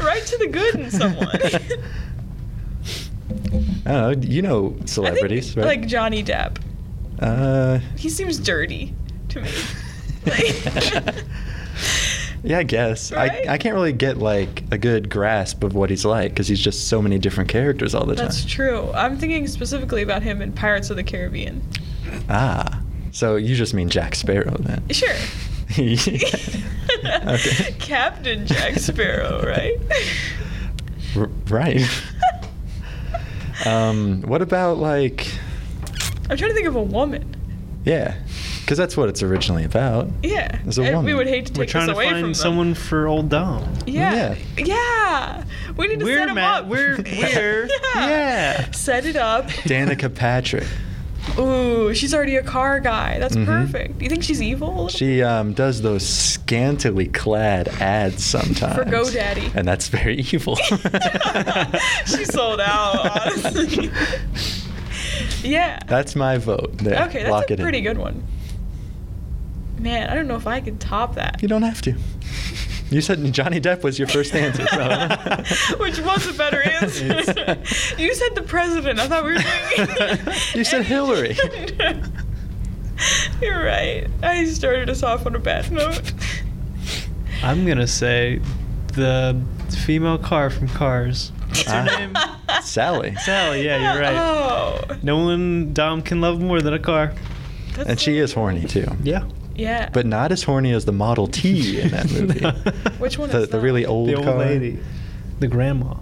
Speaker 3: right to the good in someone.
Speaker 1: I don't know. You know
Speaker 3: I think,
Speaker 1: celebrities, right?
Speaker 3: Like Johnny Depp.
Speaker 1: Uh,
Speaker 3: He seems dirty to me. Like-
Speaker 1: yeah, I guess.
Speaker 3: Right?
Speaker 1: I, I can't really get like a good grasp of what he's like because he's just so many different characters all the time.
Speaker 3: That's true. I'm thinking specifically about him in Pirates of the Caribbean.
Speaker 1: Ah, so you just mean Jack Sparrow then?
Speaker 3: Sure.
Speaker 1: Okay.
Speaker 3: Captain Jack Sparrow, right?
Speaker 1: R- right. um, what about like,
Speaker 3: I'm trying to think of a woman.
Speaker 1: yeah, because that's what it's originally about.
Speaker 3: Yeah.
Speaker 1: As a
Speaker 3: And We
Speaker 1: woman.
Speaker 3: would hate to take
Speaker 2: We're trying
Speaker 3: this
Speaker 2: to
Speaker 3: away from them.
Speaker 2: find someone for old Dom.
Speaker 3: Yeah. yeah. We need to
Speaker 2: We're
Speaker 3: set him
Speaker 2: Matt-
Speaker 3: up.
Speaker 2: we're- we're-
Speaker 3: yeah.
Speaker 1: yeah.
Speaker 3: Set it up.
Speaker 1: Danica Patrick.
Speaker 3: Ooh, she's already a car guy. That's
Speaker 1: Mhm.
Speaker 3: perfect. Do you think she's evil? a little
Speaker 1: She um, does those scantily clad ads sometimes.
Speaker 3: GoDaddy.
Speaker 1: And that's very evil.
Speaker 3: She sold out, honestly. Yeah.
Speaker 1: That's my vote. There,
Speaker 3: okay, that's
Speaker 1: lock
Speaker 3: a
Speaker 1: it in.
Speaker 3: pretty good one. Man, I don't know if I could top that.
Speaker 1: You don't have to. You said Johnny Depp was your first answer. So.
Speaker 3: Which was a better answer. you said the president. I thought we were doing.
Speaker 1: You said Hillary.
Speaker 3: You're right. I started us off on a bad note.
Speaker 2: I'm going to say the female car from Cars. What's her
Speaker 1: Ah.
Speaker 2: name?
Speaker 1: Sally.
Speaker 2: Sally, yeah, you're right.
Speaker 3: Oh,
Speaker 2: No one Dom can love more than a car.
Speaker 3: that's
Speaker 1: And she
Speaker 3: so-
Speaker 1: is horny too.
Speaker 2: Yeah.
Speaker 3: Yeah.
Speaker 1: But not as horny as the Model T in that movie.
Speaker 3: Which one
Speaker 1: the,
Speaker 3: is
Speaker 1: the
Speaker 3: that?
Speaker 1: really old
Speaker 2: The old
Speaker 1: car.
Speaker 2: lady. The grandma.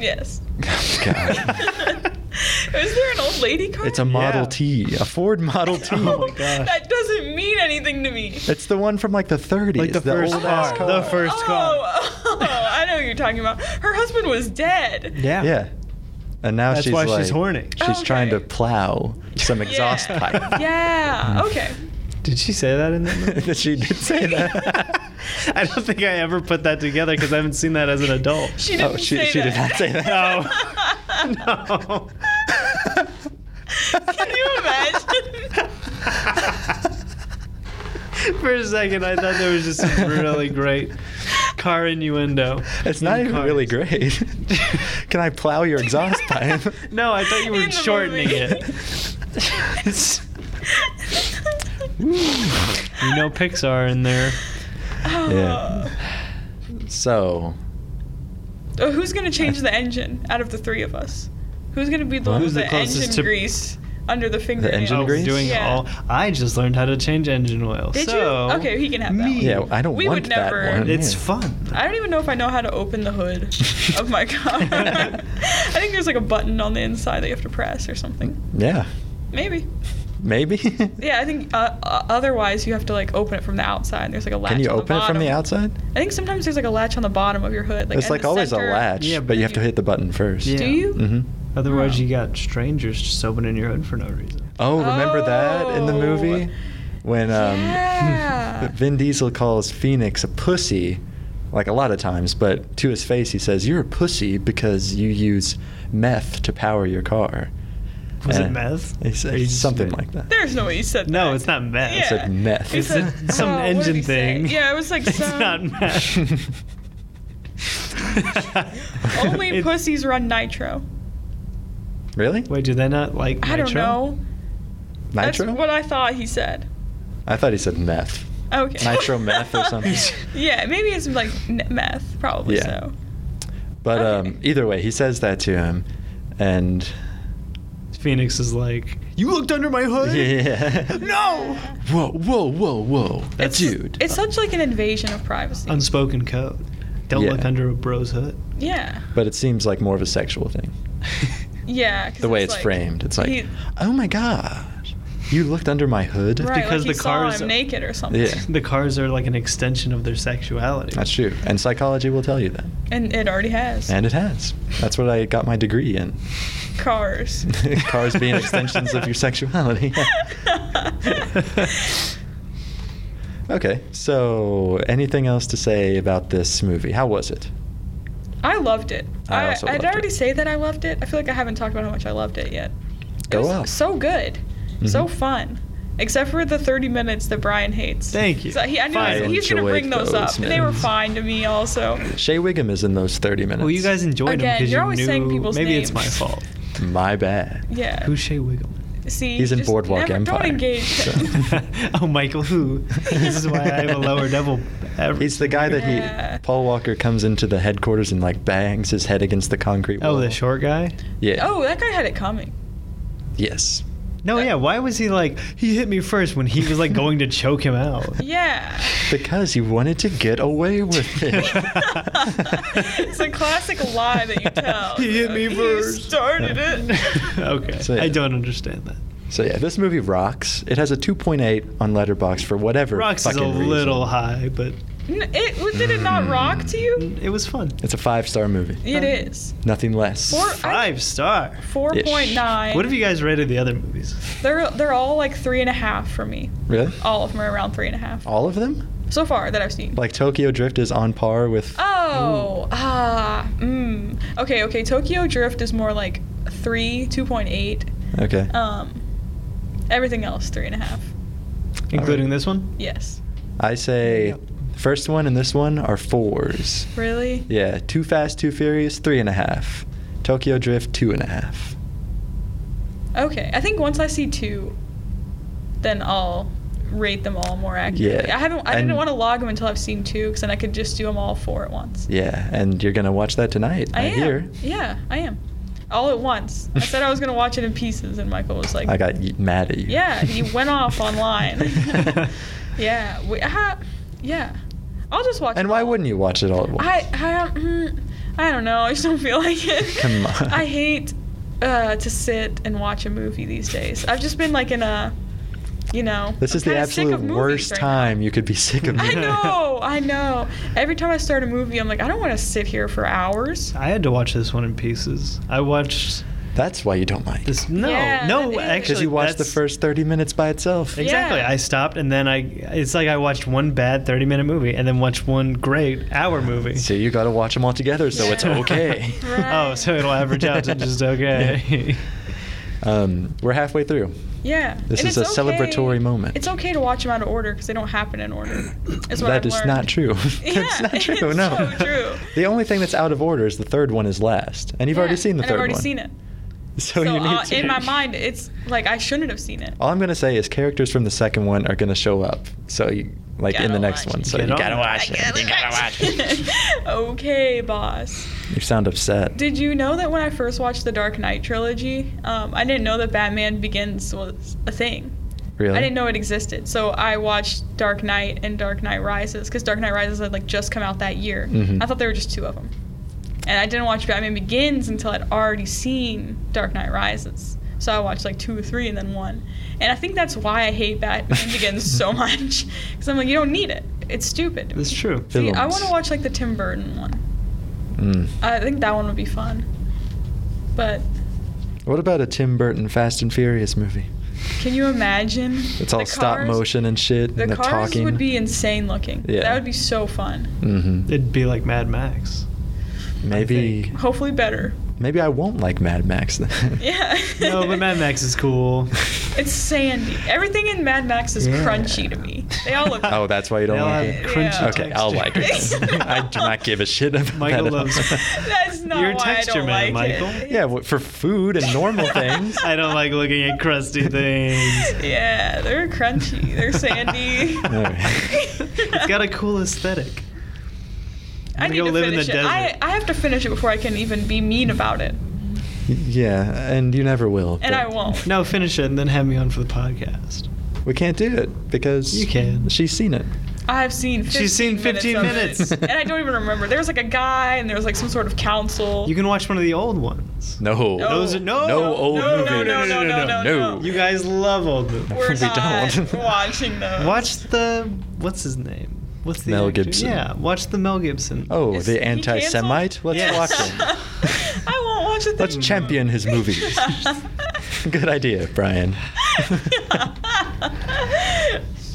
Speaker 3: yes.
Speaker 1: God.
Speaker 3: Is there an old lady car?
Speaker 1: It's a Model
Speaker 2: Yeah.
Speaker 1: T, a Ford Model T.
Speaker 2: Oh my gosh.
Speaker 3: That doesn't mean anything to me.
Speaker 1: It's the one from like the 30s.
Speaker 2: Like the first
Speaker 1: old ass
Speaker 2: car. The first- car.
Speaker 3: Oh, I know what you're talking about. Her husband was dead.
Speaker 2: Yeah.
Speaker 1: Yeah. And now
Speaker 2: That's
Speaker 1: she's
Speaker 2: why
Speaker 1: like-
Speaker 2: she's horny.
Speaker 1: She's trying to
Speaker 3: Okay.
Speaker 1: plow some exhaust
Speaker 3: yeah.
Speaker 1: pipe.
Speaker 3: Yeah. Okay.
Speaker 2: Did she say that in that movie?
Speaker 1: she did say that.
Speaker 2: I don't think I ever put that together because I haven't seen that as an adult.
Speaker 3: She didn't
Speaker 1: oh, she,
Speaker 3: say
Speaker 1: she
Speaker 3: that.
Speaker 1: did not say that.
Speaker 2: No.
Speaker 3: Can you imagine?
Speaker 2: For a second, I thought there was just some really great car innuendo.
Speaker 1: It's not
Speaker 2: in
Speaker 1: even really
Speaker 2: Cars.
Speaker 1: great. Can I plow your exhaust pipe?
Speaker 2: No, I thought you
Speaker 3: In
Speaker 2: were
Speaker 3: the
Speaker 2: shortening
Speaker 3: movie.
Speaker 2: it. you know Pixar in there.
Speaker 3: Oh.
Speaker 1: Yeah. So,
Speaker 3: Oh, who's gonna change the engine out of the three of us? Who's gonna be the one
Speaker 2: Who's
Speaker 3: with
Speaker 2: the
Speaker 3: the,
Speaker 2: closest
Speaker 3: engine
Speaker 2: to-
Speaker 3: grease under the finger.
Speaker 1: engine
Speaker 2: Oh,
Speaker 1: grease?
Speaker 2: doing
Speaker 3: Yeah.
Speaker 2: all. I just learned how to change engine oil.
Speaker 3: Did
Speaker 2: so
Speaker 3: you? Okay, he can have that.
Speaker 2: me.
Speaker 3: one.
Speaker 1: Yeah, I don't
Speaker 3: We
Speaker 1: want
Speaker 3: would
Speaker 1: that
Speaker 3: never-
Speaker 1: one.
Speaker 2: It's
Speaker 1: Yeah.
Speaker 2: fun.
Speaker 3: I don't even know if I know how to open the hood of my car. I think there's like a button on the inside that you have to press or something.
Speaker 1: Yeah,
Speaker 3: Maybe.
Speaker 1: maybe.
Speaker 3: Yeah, I think uh, uh, otherwise you have to like open it from the outside. There's like a latch.
Speaker 1: Can you
Speaker 3: on
Speaker 1: open it from the
Speaker 3: bottom.
Speaker 1: outside?
Speaker 3: I think sometimes there's like a latch on the bottom of your hood. Like
Speaker 1: it's
Speaker 3: at
Speaker 1: like
Speaker 3: the
Speaker 1: always
Speaker 3: center.
Speaker 1: a latch,
Speaker 2: Yeah,
Speaker 1: but
Speaker 2: but
Speaker 1: you have to hit the button first.
Speaker 2: Yeah.
Speaker 3: Do you?
Speaker 1: hmm
Speaker 2: Otherwise,
Speaker 3: Oh.
Speaker 2: you got strangers just soaping in your hood for no reason.
Speaker 1: Oh, remember that in
Speaker 3: Oh.
Speaker 1: the movie when um,
Speaker 3: Yeah.
Speaker 1: Vin Diesel calls Phoenix a pussy, like a lot of times, but to his face he says, "You're a pussy because you use meth to power your car."
Speaker 2: Was it
Speaker 1: And
Speaker 2: meth?
Speaker 1: He
Speaker 2: Or you
Speaker 1: says
Speaker 2: just
Speaker 1: something
Speaker 2: made-
Speaker 1: like that.
Speaker 3: There's no way you said that.
Speaker 2: No, it's not meth.
Speaker 1: It's
Speaker 3: Yeah.
Speaker 1: like meth.
Speaker 3: He
Speaker 2: It's
Speaker 3: said-
Speaker 2: a, some
Speaker 3: oh, what did
Speaker 2: engine
Speaker 3: he say?
Speaker 2: thing.
Speaker 3: Yeah, it was like
Speaker 2: it's
Speaker 3: some-
Speaker 2: not meth.
Speaker 3: Only
Speaker 2: It-
Speaker 3: pussies run nitro.
Speaker 1: really?
Speaker 2: Wait, do they not like
Speaker 3: I don't
Speaker 2: nitro?
Speaker 3: know. That's
Speaker 1: Nitro?
Speaker 3: what I thought he said.
Speaker 1: I thought he said meth.
Speaker 3: Okay.
Speaker 1: Nitro meth or something.
Speaker 3: yeah, maybe it's like n- meth. Probably
Speaker 1: Yeah.
Speaker 3: so.
Speaker 1: But
Speaker 3: Okay.
Speaker 1: um, either way, he says that to him, and
Speaker 2: Phoenix is like, you looked under my hood.
Speaker 1: yeah,
Speaker 2: No.
Speaker 1: Whoa, whoa, whoa, whoa, that
Speaker 3: It's-
Speaker 1: dude.
Speaker 3: It's such like an invasion of privacy.
Speaker 2: Unspoken code. Don't
Speaker 1: Yeah.
Speaker 2: look under a bro's hood.
Speaker 3: yeah.
Speaker 1: but it seems like more of a sexual thing.
Speaker 3: Yeah. 'cause
Speaker 1: The way it's
Speaker 3: like-
Speaker 1: framed, it's like,
Speaker 3: he-
Speaker 1: oh my gosh, you looked under my hood.
Speaker 3: right,
Speaker 2: because
Speaker 3: like he
Speaker 2: the
Speaker 3: saw
Speaker 2: cars-
Speaker 3: him naked or something.
Speaker 1: Yeah.
Speaker 2: the cars are like an extension of their sexuality.
Speaker 1: That's true. And psychology will tell you that.
Speaker 3: And it already has.
Speaker 1: And it has. That's what I got my degree in.
Speaker 3: cars.
Speaker 1: Cars being extensions of your sexuality. okay, so anything else to say about this movie? How was it?
Speaker 3: I loved it.
Speaker 1: I
Speaker 3: I,
Speaker 1: also
Speaker 3: I'd
Speaker 1: loved
Speaker 3: already
Speaker 1: it.
Speaker 3: say that I loved it. I feel like I haven't talked about how much I loved it yet.
Speaker 1: Go
Speaker 3: it was
Speaker 1: off.
Speaker 3: So good. So
Speaker 1: Mhm.
Speaker 3: fun. Except for the 30 minutes that Brian hates.
Speaker 2: Thank you.
Speaker 3: So he, I knew
Speaker 1: Fine.
Speaker 3: he was, he was going to
Speaker 1: Enjoyed
Speaker 3: bring those,
Speaker 1: those
Speaker 3: up. and They were
Speaker 1: minutes.
Speaker 3: fine to me also.
Speaker 1: Shea Wiggum is in those 30 minutes.
Speaker 2: Well, you guys enjoyed them
Speaker 3: Again,
Speaker 2: because
Speaker 3: you're
Speaker 2: you
Speaker 3: always
Speaker 2: knew.
Speaker 3: saying people's
Speaker 2: maybe it's my
Speaker 3: names.
Speaker 2: fault.
Speaker 1: My bad.
Speaker 3: Yeah.
Speaker 2: Who's Shea Wiggum?
Speaker 3: See,
Speaker 1: He's in
Speaker 3: just
Speaker 1: Boardwalk
Speaker 3: never-
Speaker 1: Empire,
Speaker 3: Don't engage him.
Speaker 1: so.
Speaker 2: oh, Michael, who? This is why I have a lower devil. Every
Speaker 1: He's the guy that
Speaker 3: Yeah.
Speaker 1: he Paul Walker comes into the headquarters and like bangs his head against the concrete wall.
Speaker 2: Oh, the short guy.
Speaker 1: Yeah.
Speaker 3: oh, that guy had it coming.
Speaker 1: Yes.
Speaker 2: No, yeah. Why was he like? He hit me first when he was like going to choke him out.
Speaker 3: Yeah.
Speaker 1: Because he wanted to get away with it.
Speaker 3: it's a classic lie that you tell.
Speaker 2: He hit me
Speaker 3: He
Speaker 2: first.
Speaker 3: started it.
Speaker 2: okay,
Speaker 1: So, yeah.
Speaker 2: I don't understand that.
Speaker 1: so yeah, this movie rocks. It has a 2.8 on Letterbox for whatever
Speaker 2: Rocks is
Speaker 1: fucking
Speaker 2: a little
Speaker 1: reason.
Speaker 2: high, but
Speaker 3: N- It was did it not rock to you?
Speaker 2: it was fun.
Speaker 1: It's a five-star movie.
Speaker 3: It
Speaker 2: Uh,
Speaker 3: is.
Speaker 1: Nothing less.
Speaker 3: Four I-
Speaker 2: Five star.
Speaker 3: four point nine.
Speaker 2: What have you guys rated the other movies?
Speaker 3: They're they're all like three and a half for me.
Speaker 1: Really?
Speaker 3: All of them are around three and a half
Speaker 1: All of them?
Speaker 3: so far that I've seen.
Speaker 1: Like Tokyo Drift is on par with
Speaker 3: oh ah mm. okay okay Tokyo Drift is more like three two point eight.
Speaker 1: Okay.
Speaker 3: Um, everything else three and a half.
Speaker 2: Including this one?
Speaker 3: Yes.
Speaker 1: I say first one and this one are fours.
Speaker 3: Really?
Speaker 1: Yeah, Too Fast, Too Furious, three and a half. Tokyo Drift, two and a half.
Speaker 3: Okay. I think once I see two, then I'll rate them all more accurately.
Speaker 1: Yeah,
Speaker 3: I haven't. I
Speaker 1: and-
Speaker 3: didn't want to log them until I've seen two, because then I could just do them all four at once.
Speaker 1: Yeah, and you're gonna watch that tonight.
Speaker 3: I, am.
Speaker 1: hear.
Speaker 3: Yeah, I am. All at once. I said I was gonna watch it in pieces, and Michael was like,
Speaker 1: I got y- mad at you.
Speaker 3: Yeah, you went off online. "Yeah, we, ha, yeah, I'll just watch."
Speaker 1: and
Speaker 3: it
Speaker 1: why
Speaker 3: all."
Speaker 1: wouldn't you watch it all at once?
Speaker 3: I I don't, mm, I don't know. I just don't feel like it.
Speaker 1: Come on.
Speaker 3: I hate uh, to sit and watch a movie these days. I've just been like in a, you know.
Speaker 1: this
Speaker 3: I'm
Speaker 1: is the
Speaker 3: kinda sick of
Speaker 1: absolute
Speaker 3: movies
Speaker 1: worst
Speaker 3: right now.
Speaker 1: time you could be sick of.
Speaker 3: I
Speaker 1: me.
Speaker 3: know, I know. Every time I start a movie, I'm like, I don't want to sit here for hours.
Speaker 2: I had to watch this one in pieces. I watched
Speaker 1: That's why you don't like.
Speaker 2: this. No,
Speaker 3: Yeah, that
Speaker 2: no,
Speaker 3: is-
Speaker 2: actually,
Speaker 1: Because you watched the
Speaker 2: that's-
Speaker 1: first 30 minutes by itself.
Speaker 3: Yeah.
Speaker 2: Exactly. I stopped, and then I. It's like I watched one bad thirty-minute movie, and then watched one great hour movie.
Speaker 1: So you got to watch them all together, so it's
Speaker 3: Yeah.
Speaker 1: okay.
Speaker 3: Right.
Speaker 2: Oh, so it'll average out to just okay.
Speaker 1: Um, we're halfway through.
Speaker 3: Yeah.
Speaker 1: This
Speaker 3: and
Speaker 1: is
Speaker 3: it's
Speaker 1: a
Speaker 3: okay-
Speaker 1: celebratory moment.
Speaker 3: It's okay to watch them out of order because they don't happen in order. Is what
Speaker 1: That
Speaker 3: I've
Speaker 1: is
Speaker 3: learned.
Speaker 1: not true.
Speaker 3: Yeah,
Speaker 1: that's not
Speaker 3: it's
Speaker 1: true. no.
Speaker 3: so true.
Speaker 1: The only thing that's out of order is the third one is last, and you've already
Speaker 3: Yeah,
Speaker 1: seen the
Speaker 3: and
Speaker 1: third
Speaker 3: I've already
Speaker 1: one.
Speaker 3: seen it.
Speaker 1: So,
Speaker 3: so
Speaker 1: you need
Speaker 3: uh,
Speaker 1: to.
Speaker 3: in my mind, it's like I shouldn't have seen it.
Speaker 1: All I'm gonna say is characters from the second one are gonna show up. So you, like in the
Speaker 3: Gotta
Speaker 1: next
Speaker 3: watch
Speaker 1: one.
Speaker 2: it.
Speaker 1: So
Speaker 2: Get
Speaker 1: you
Speaker 2: on
Speaker 1: gotta
Speaker 2: it.
Speaker 1: watch
Speaker 3: I
Speaker 1: it.
Speaker 3: gotta
Speaker 1: You gotta watch it.
Speaker 3: okay, boss.
Speaker 1: You sound upset.
Speaker 3: Did you know that when I first watched the Dark Knight trilogy, um, I didn't know that Batman Begins was a thing.
Speaker 1: really?
Speaker 3: I didn't know it existed. So I watched Dark Knight and Dark Knight Rises because Dark Knight Rises had like just come out that year.
Speaker 1: Mhm.
Speaker 3: I thought there were just two of them, and I didn't watch Batman Begins until I'd already seen Dark Knight Rises. So I watched like two or three and then one, and I think that's why I hate Batman Begins so much because I'm like you don't need it. It's stupid.
Speaker 2: That's true.
Speaker 1: Phil-
Speaker 3: See, I
Speaker 1: Films.
Speaker 3: want to watch like the Tim Burton one.
Speaker 1: Mm.
Speaker 3: I think that one would be fun. But
Speaker 1: What about a Tim Burton Fast and Furious movie?
Speaker 3: can you imagine?
Speaker 1: It's
Speaker 3: the
Speaker 1: all stop
Speaker 3: cars?
Speaker 1: motion and shit,
Speaker 3: The
Speaker 1: and the
Speaker 3: cars
Speaker 1: talking.
Speaker 3: would be insane looking.
Speaker 1: Yeah.
Speaker 3: That would be so fun.
Speaker 1: Mm-hmm.
Speaker 2: It'd be like Mad Max.
Speaker 1: Maybe,
Speaker 2: think.
Speaker 3: Hopefully better.
Speaker 1: maybe I won't like Mad Max then.
Speaker 3: Yeah.
Speaker 2: No, but Mad Max is cool.
Speaker 3: It's sandy. Everything in Mad Max is
Speaker 1: Yeah.
Speaker 3: crunchy to me. They all look.
Speaker 1: Oh, that's why you don't
Speaker 2: They all
Speaker 1: like
Speaker 2: have
Speaker 1: it.
Speaker 2: crunchy
Speaker 1: okay, I'll like it.
Speaker 2: textures.
Speaker 1: then. I do not give a shit about
Speaker 2: Michael
Speaker 1: that. at all.
Speaker 2: loves-
Speaker 3: That's not
Speaker 2: You're a
Speaker 3: why I
Speaker 2: texture
Speaker 3: don't
Speaker 2: man,
Speaker 3: like
Speaker 2: Michael.
Speaker 3: it.
Speaker 1: Yeah, w- for food and normal things.
Speaker 2: I don't like looking at crusty things.
Speaker 3: Yeah, they're crunchy. They're sandy.
Speaker 1: No.
Speaker 2: it's got a cool aesthetic.
Speaker 3: I
Speaker 2: I'm
Speaker 3: need
Speaker 2: gonna
Speaker 3: to
Speaker 2: go live in the
Speaker 3: finish it. I,
Speaker 2: desert.
Speaker 3: I have to finish it before I can even be mean about it,
Speaker 1: Yeah, and you never will.
Speaker 3: and
Speaker 1: but
Speaker 3: I won't.
Speaker 2: No, finish it and then have me on for the podcast.
Speaker 1: We can't do it because
Speaker 2: You can.
Speaker 1: She's seen it.
Speaker 3: I've seen. 15
Speaker 2: She's seen 15
Speaker 3: minutes, of
Speaker 1: minutes.
Speaker 3: it, and I don't even remember. There was like a guy, and there was like some sort of council.
Speaker 2: You can watch one of the old ones.
Speaker 1: No.
Speaker 3: No.
Speaker 2: Those are no,
Speaker 1: No
Speaker 3: no,
Speaker 1: old
Speaker 3: no, no,
Speaker 1: movies.
Speaker 3: no, no, no, no,
Speaker 1: No.
Speaker 3: no.
Speaker 2: You guys love old
Speaker 3: We're
Speaker 2: movies.
Speaker 1: We
Speaker 3: not
Speaker 1: don't.
Speaker 3: watching those.
Speaker 2: Watch the what's his name? What's the
Speaker 1: Mel
Speaker 2: actor?
Speaker 1: Gibson.
Speaker 2: Yeah, watch the Mel Gibson.
Speaker 1: Oh,
Speaker 3: Is he
Speaker 1: the anti-Semite.
Speaker 3: canceled?
Speaker 1: Let's
Speaker 2: Yes.
Speaker 1: watch him.
Speaker 3: I won't watch it.
Speaker 1: Let's champion his movies. Good idea, Brian.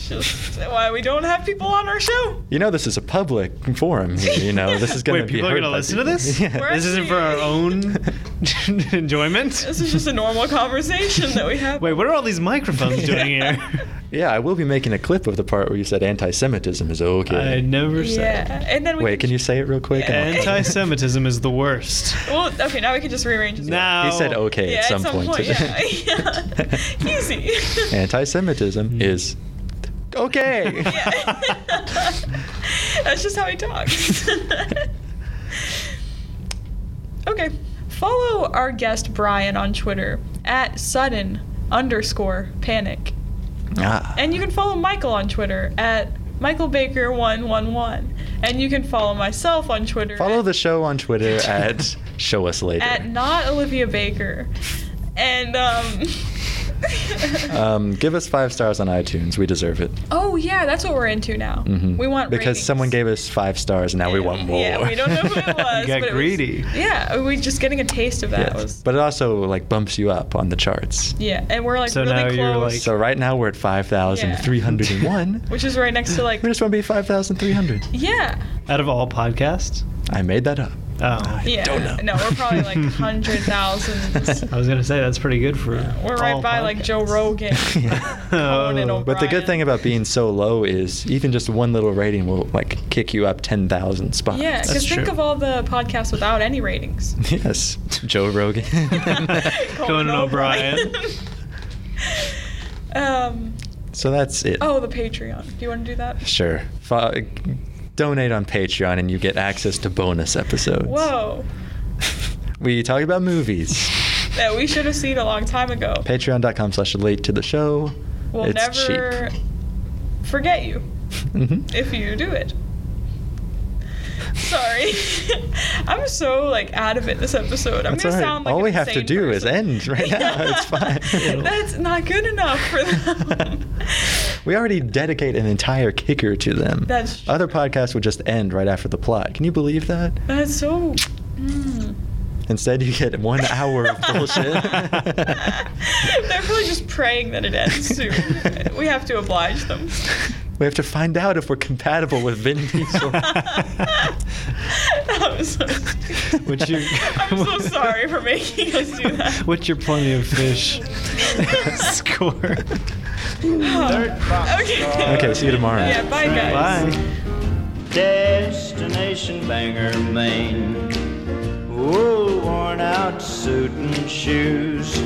Speaker 3: Just why we don't have people on our show.
Speaker 1: You know this is a public forum here. You know this is going to
Speaker 2: Wait,
Speaker 1: be.
Speaker 2: people are
Speaker 1: heard
Speaker 2: gonna
Speaker 1: by
Speaker 2: listen to
Speaker 1: people.
Speaker 2: this?
Speaker 1: Yeah.
Speaker 3: We're
Speaker 2: This isn't for our own enjoyment.
Speaker 3: This is just a normal conversation that we have.
Speaker 2: Wait, what are all these microphones doing here?
Speaker 1: Yeah, I will be making a clip of the part where you said anti-Semitism is okay.
Speaker 2: I never said.
Speaker 3: Yeah, and then we
Speaker 1: Wait, can you say it real quick?
Speaker 3: Yeah.
Speaker 1: And I'll-
Speaker 2: Anti-Semitism is the worst.
Speaker 3: Well, okay, now we can just rearrange. this.
Speaker 2: Now
Speaker 1: He said okay
Speaker 3: yeah,
Speaker 1: at some, point.
Speaker 3: yeah.
Speaker 1: today.
Speaker 3: yeah. Easy.
Speaker 2: Hmm.
Speaker 1: Anti-Semitism is okay.
Speaker 3: Yeah. That's just how he talks. okay. Follow our guest Brian on Twitter at sudden underscore panic.
Speaker 1: Ah.
Speaker 3: And you can follow Michael on Twitter at Michael Baker 111. And you can follow myself on Twitter
Speaker 1: Follow
Speaker 3: at,
Speaker 1: the show on Twitter at Show Us Later.
Speaker 3: at not Olivia Baker. And um
Speaker 1: um, give us five stars on iTunes. We deserve it.
Speaker 3: Oh yeah, that's what we're into now.
Speaker 1: Mhm.
Speaker 3: We want
Speaker 1: because
Speaker 3: ratings.
Speaker 1: someone gave us five stars, and now we want more.
Speaker 3: Yeah, we don't know who it was.
Speaker 2: got
Speaker 3: but it was-
Speaker 2: greedy.
Speaker 3: yeah, we just getting a taste of that.
Speaker 1: Yes.
Speaker 3: was-
Speaker 1: But uh, it also like bumps you up on the charts.
Speaker 3: yeah, and we're like
Speaker 2: So
Speaker 3: really
Speaker 2: now
Speaker 3: close,
Speaker 2: you're, like-
Speaker 1: So right now we're at five thousand three hundred and one.
Speaker 3: which is right next to like
Speaker 1: We just want to be five thousand three hundred.
Speaker 3: yeah,
Speaker 2: Out of all podcasts?
Speaker 1: I made that up.
Speaker 2: Oh.
Speaker 3: yeah.
Speaker 1: don't know.
Speaker 3: No, we're probably like hundred thousands. Uh,
Speaker 2: I was gonna say that's pretty good for.
Speaker 3: We're right
Speaker 2: all
Speaker 3: by like Joe
Speaker 2: podcasts.
Speaker 3: Rogan. Conan
Speaker 2: Oh.
Speaker 1: But the good
Speaker 3: Brian.
Speaker 1: thing about being so low is even just one little rating will like kick you up ten thousand spots.
Speaker 3: Yeah,
Speaker 2: That's
Speaker 3: because think
Speaker 2: true.
Speaker 3: of all the podcasts without any ratings.
Speaker 1: Yes, Joe Rogan.
Speaker 2: Conan O'Brien.
Speaker 3: um.
Speaker 1: so that's it.
Speaker 3: Oh, the Patreon. Do you want to do that?
Speaker 1: Sure. Fo- donate on Patreon and you get access to bonus episodes.
Speaker 3: Whoa,
Speaker 1: We talk about movies.
Speaker 3: that we should have seen a long time ago.
Speaker 1: Patreon.com slash late to the show.
Speaker 3: We'll
Speaker 1: it's
Speaker 3: never forget you
Speaker 1: cheap. Mhm.
Speaker 3: if you do it. Sorry, I'm so like out of it this episode. I'm
Speaker 1: That's
Speaker 3: gonna
Speaker 1: all right.
Speaker 3: sound like
Speaker 1: All
Speaker 3: an
Speaker 1: we have to
Speaker 3: insane
Speaker 1: do is
Speaker 3: person.
Speaker 1: end right now. It's fine.
Speaker 3: That's not good enough for them.
Speaker 1: We already dedicate an entire kicker to them.
Speaker 3: That's true.
Speaker 1: Other podcasts would just end right after the plot. Can you believe that?
Speaker 3: That's so. Mm.
Speaker 1: Instead, you get one hour of bullshit.
Speaker 3: They're probably just praying that it ends soon. we have to oblige them.
Speaker 1: we have to find out if we're compatible with Vin Diesel.
Speaker 3: I'm so,
Speaker 2: Would you-
Speaker 3: I'm so sorry for making us do that.
Speaker 2: What's your plenty of fish score?
Speaker 1: Oh.
Speaker 3: okay.
Speaker 1: Okay, see you tomorrow.
Speaker 3: Yeah, bye guys.
Speaker 2: Bye.
Speaker 4: Destination Bangor, Maine. Whoa, worn out suit and shoes.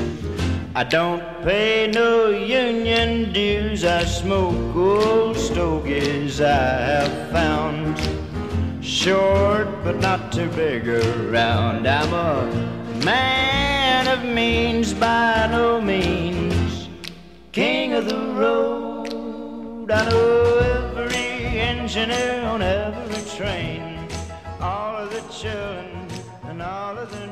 Speaker 4: I don't pay no union dues. I smoke old stogies I have found. Short but not too big around. I'm a man of means by no means. King of the road. I know every engineer on every train. All of the children and all of the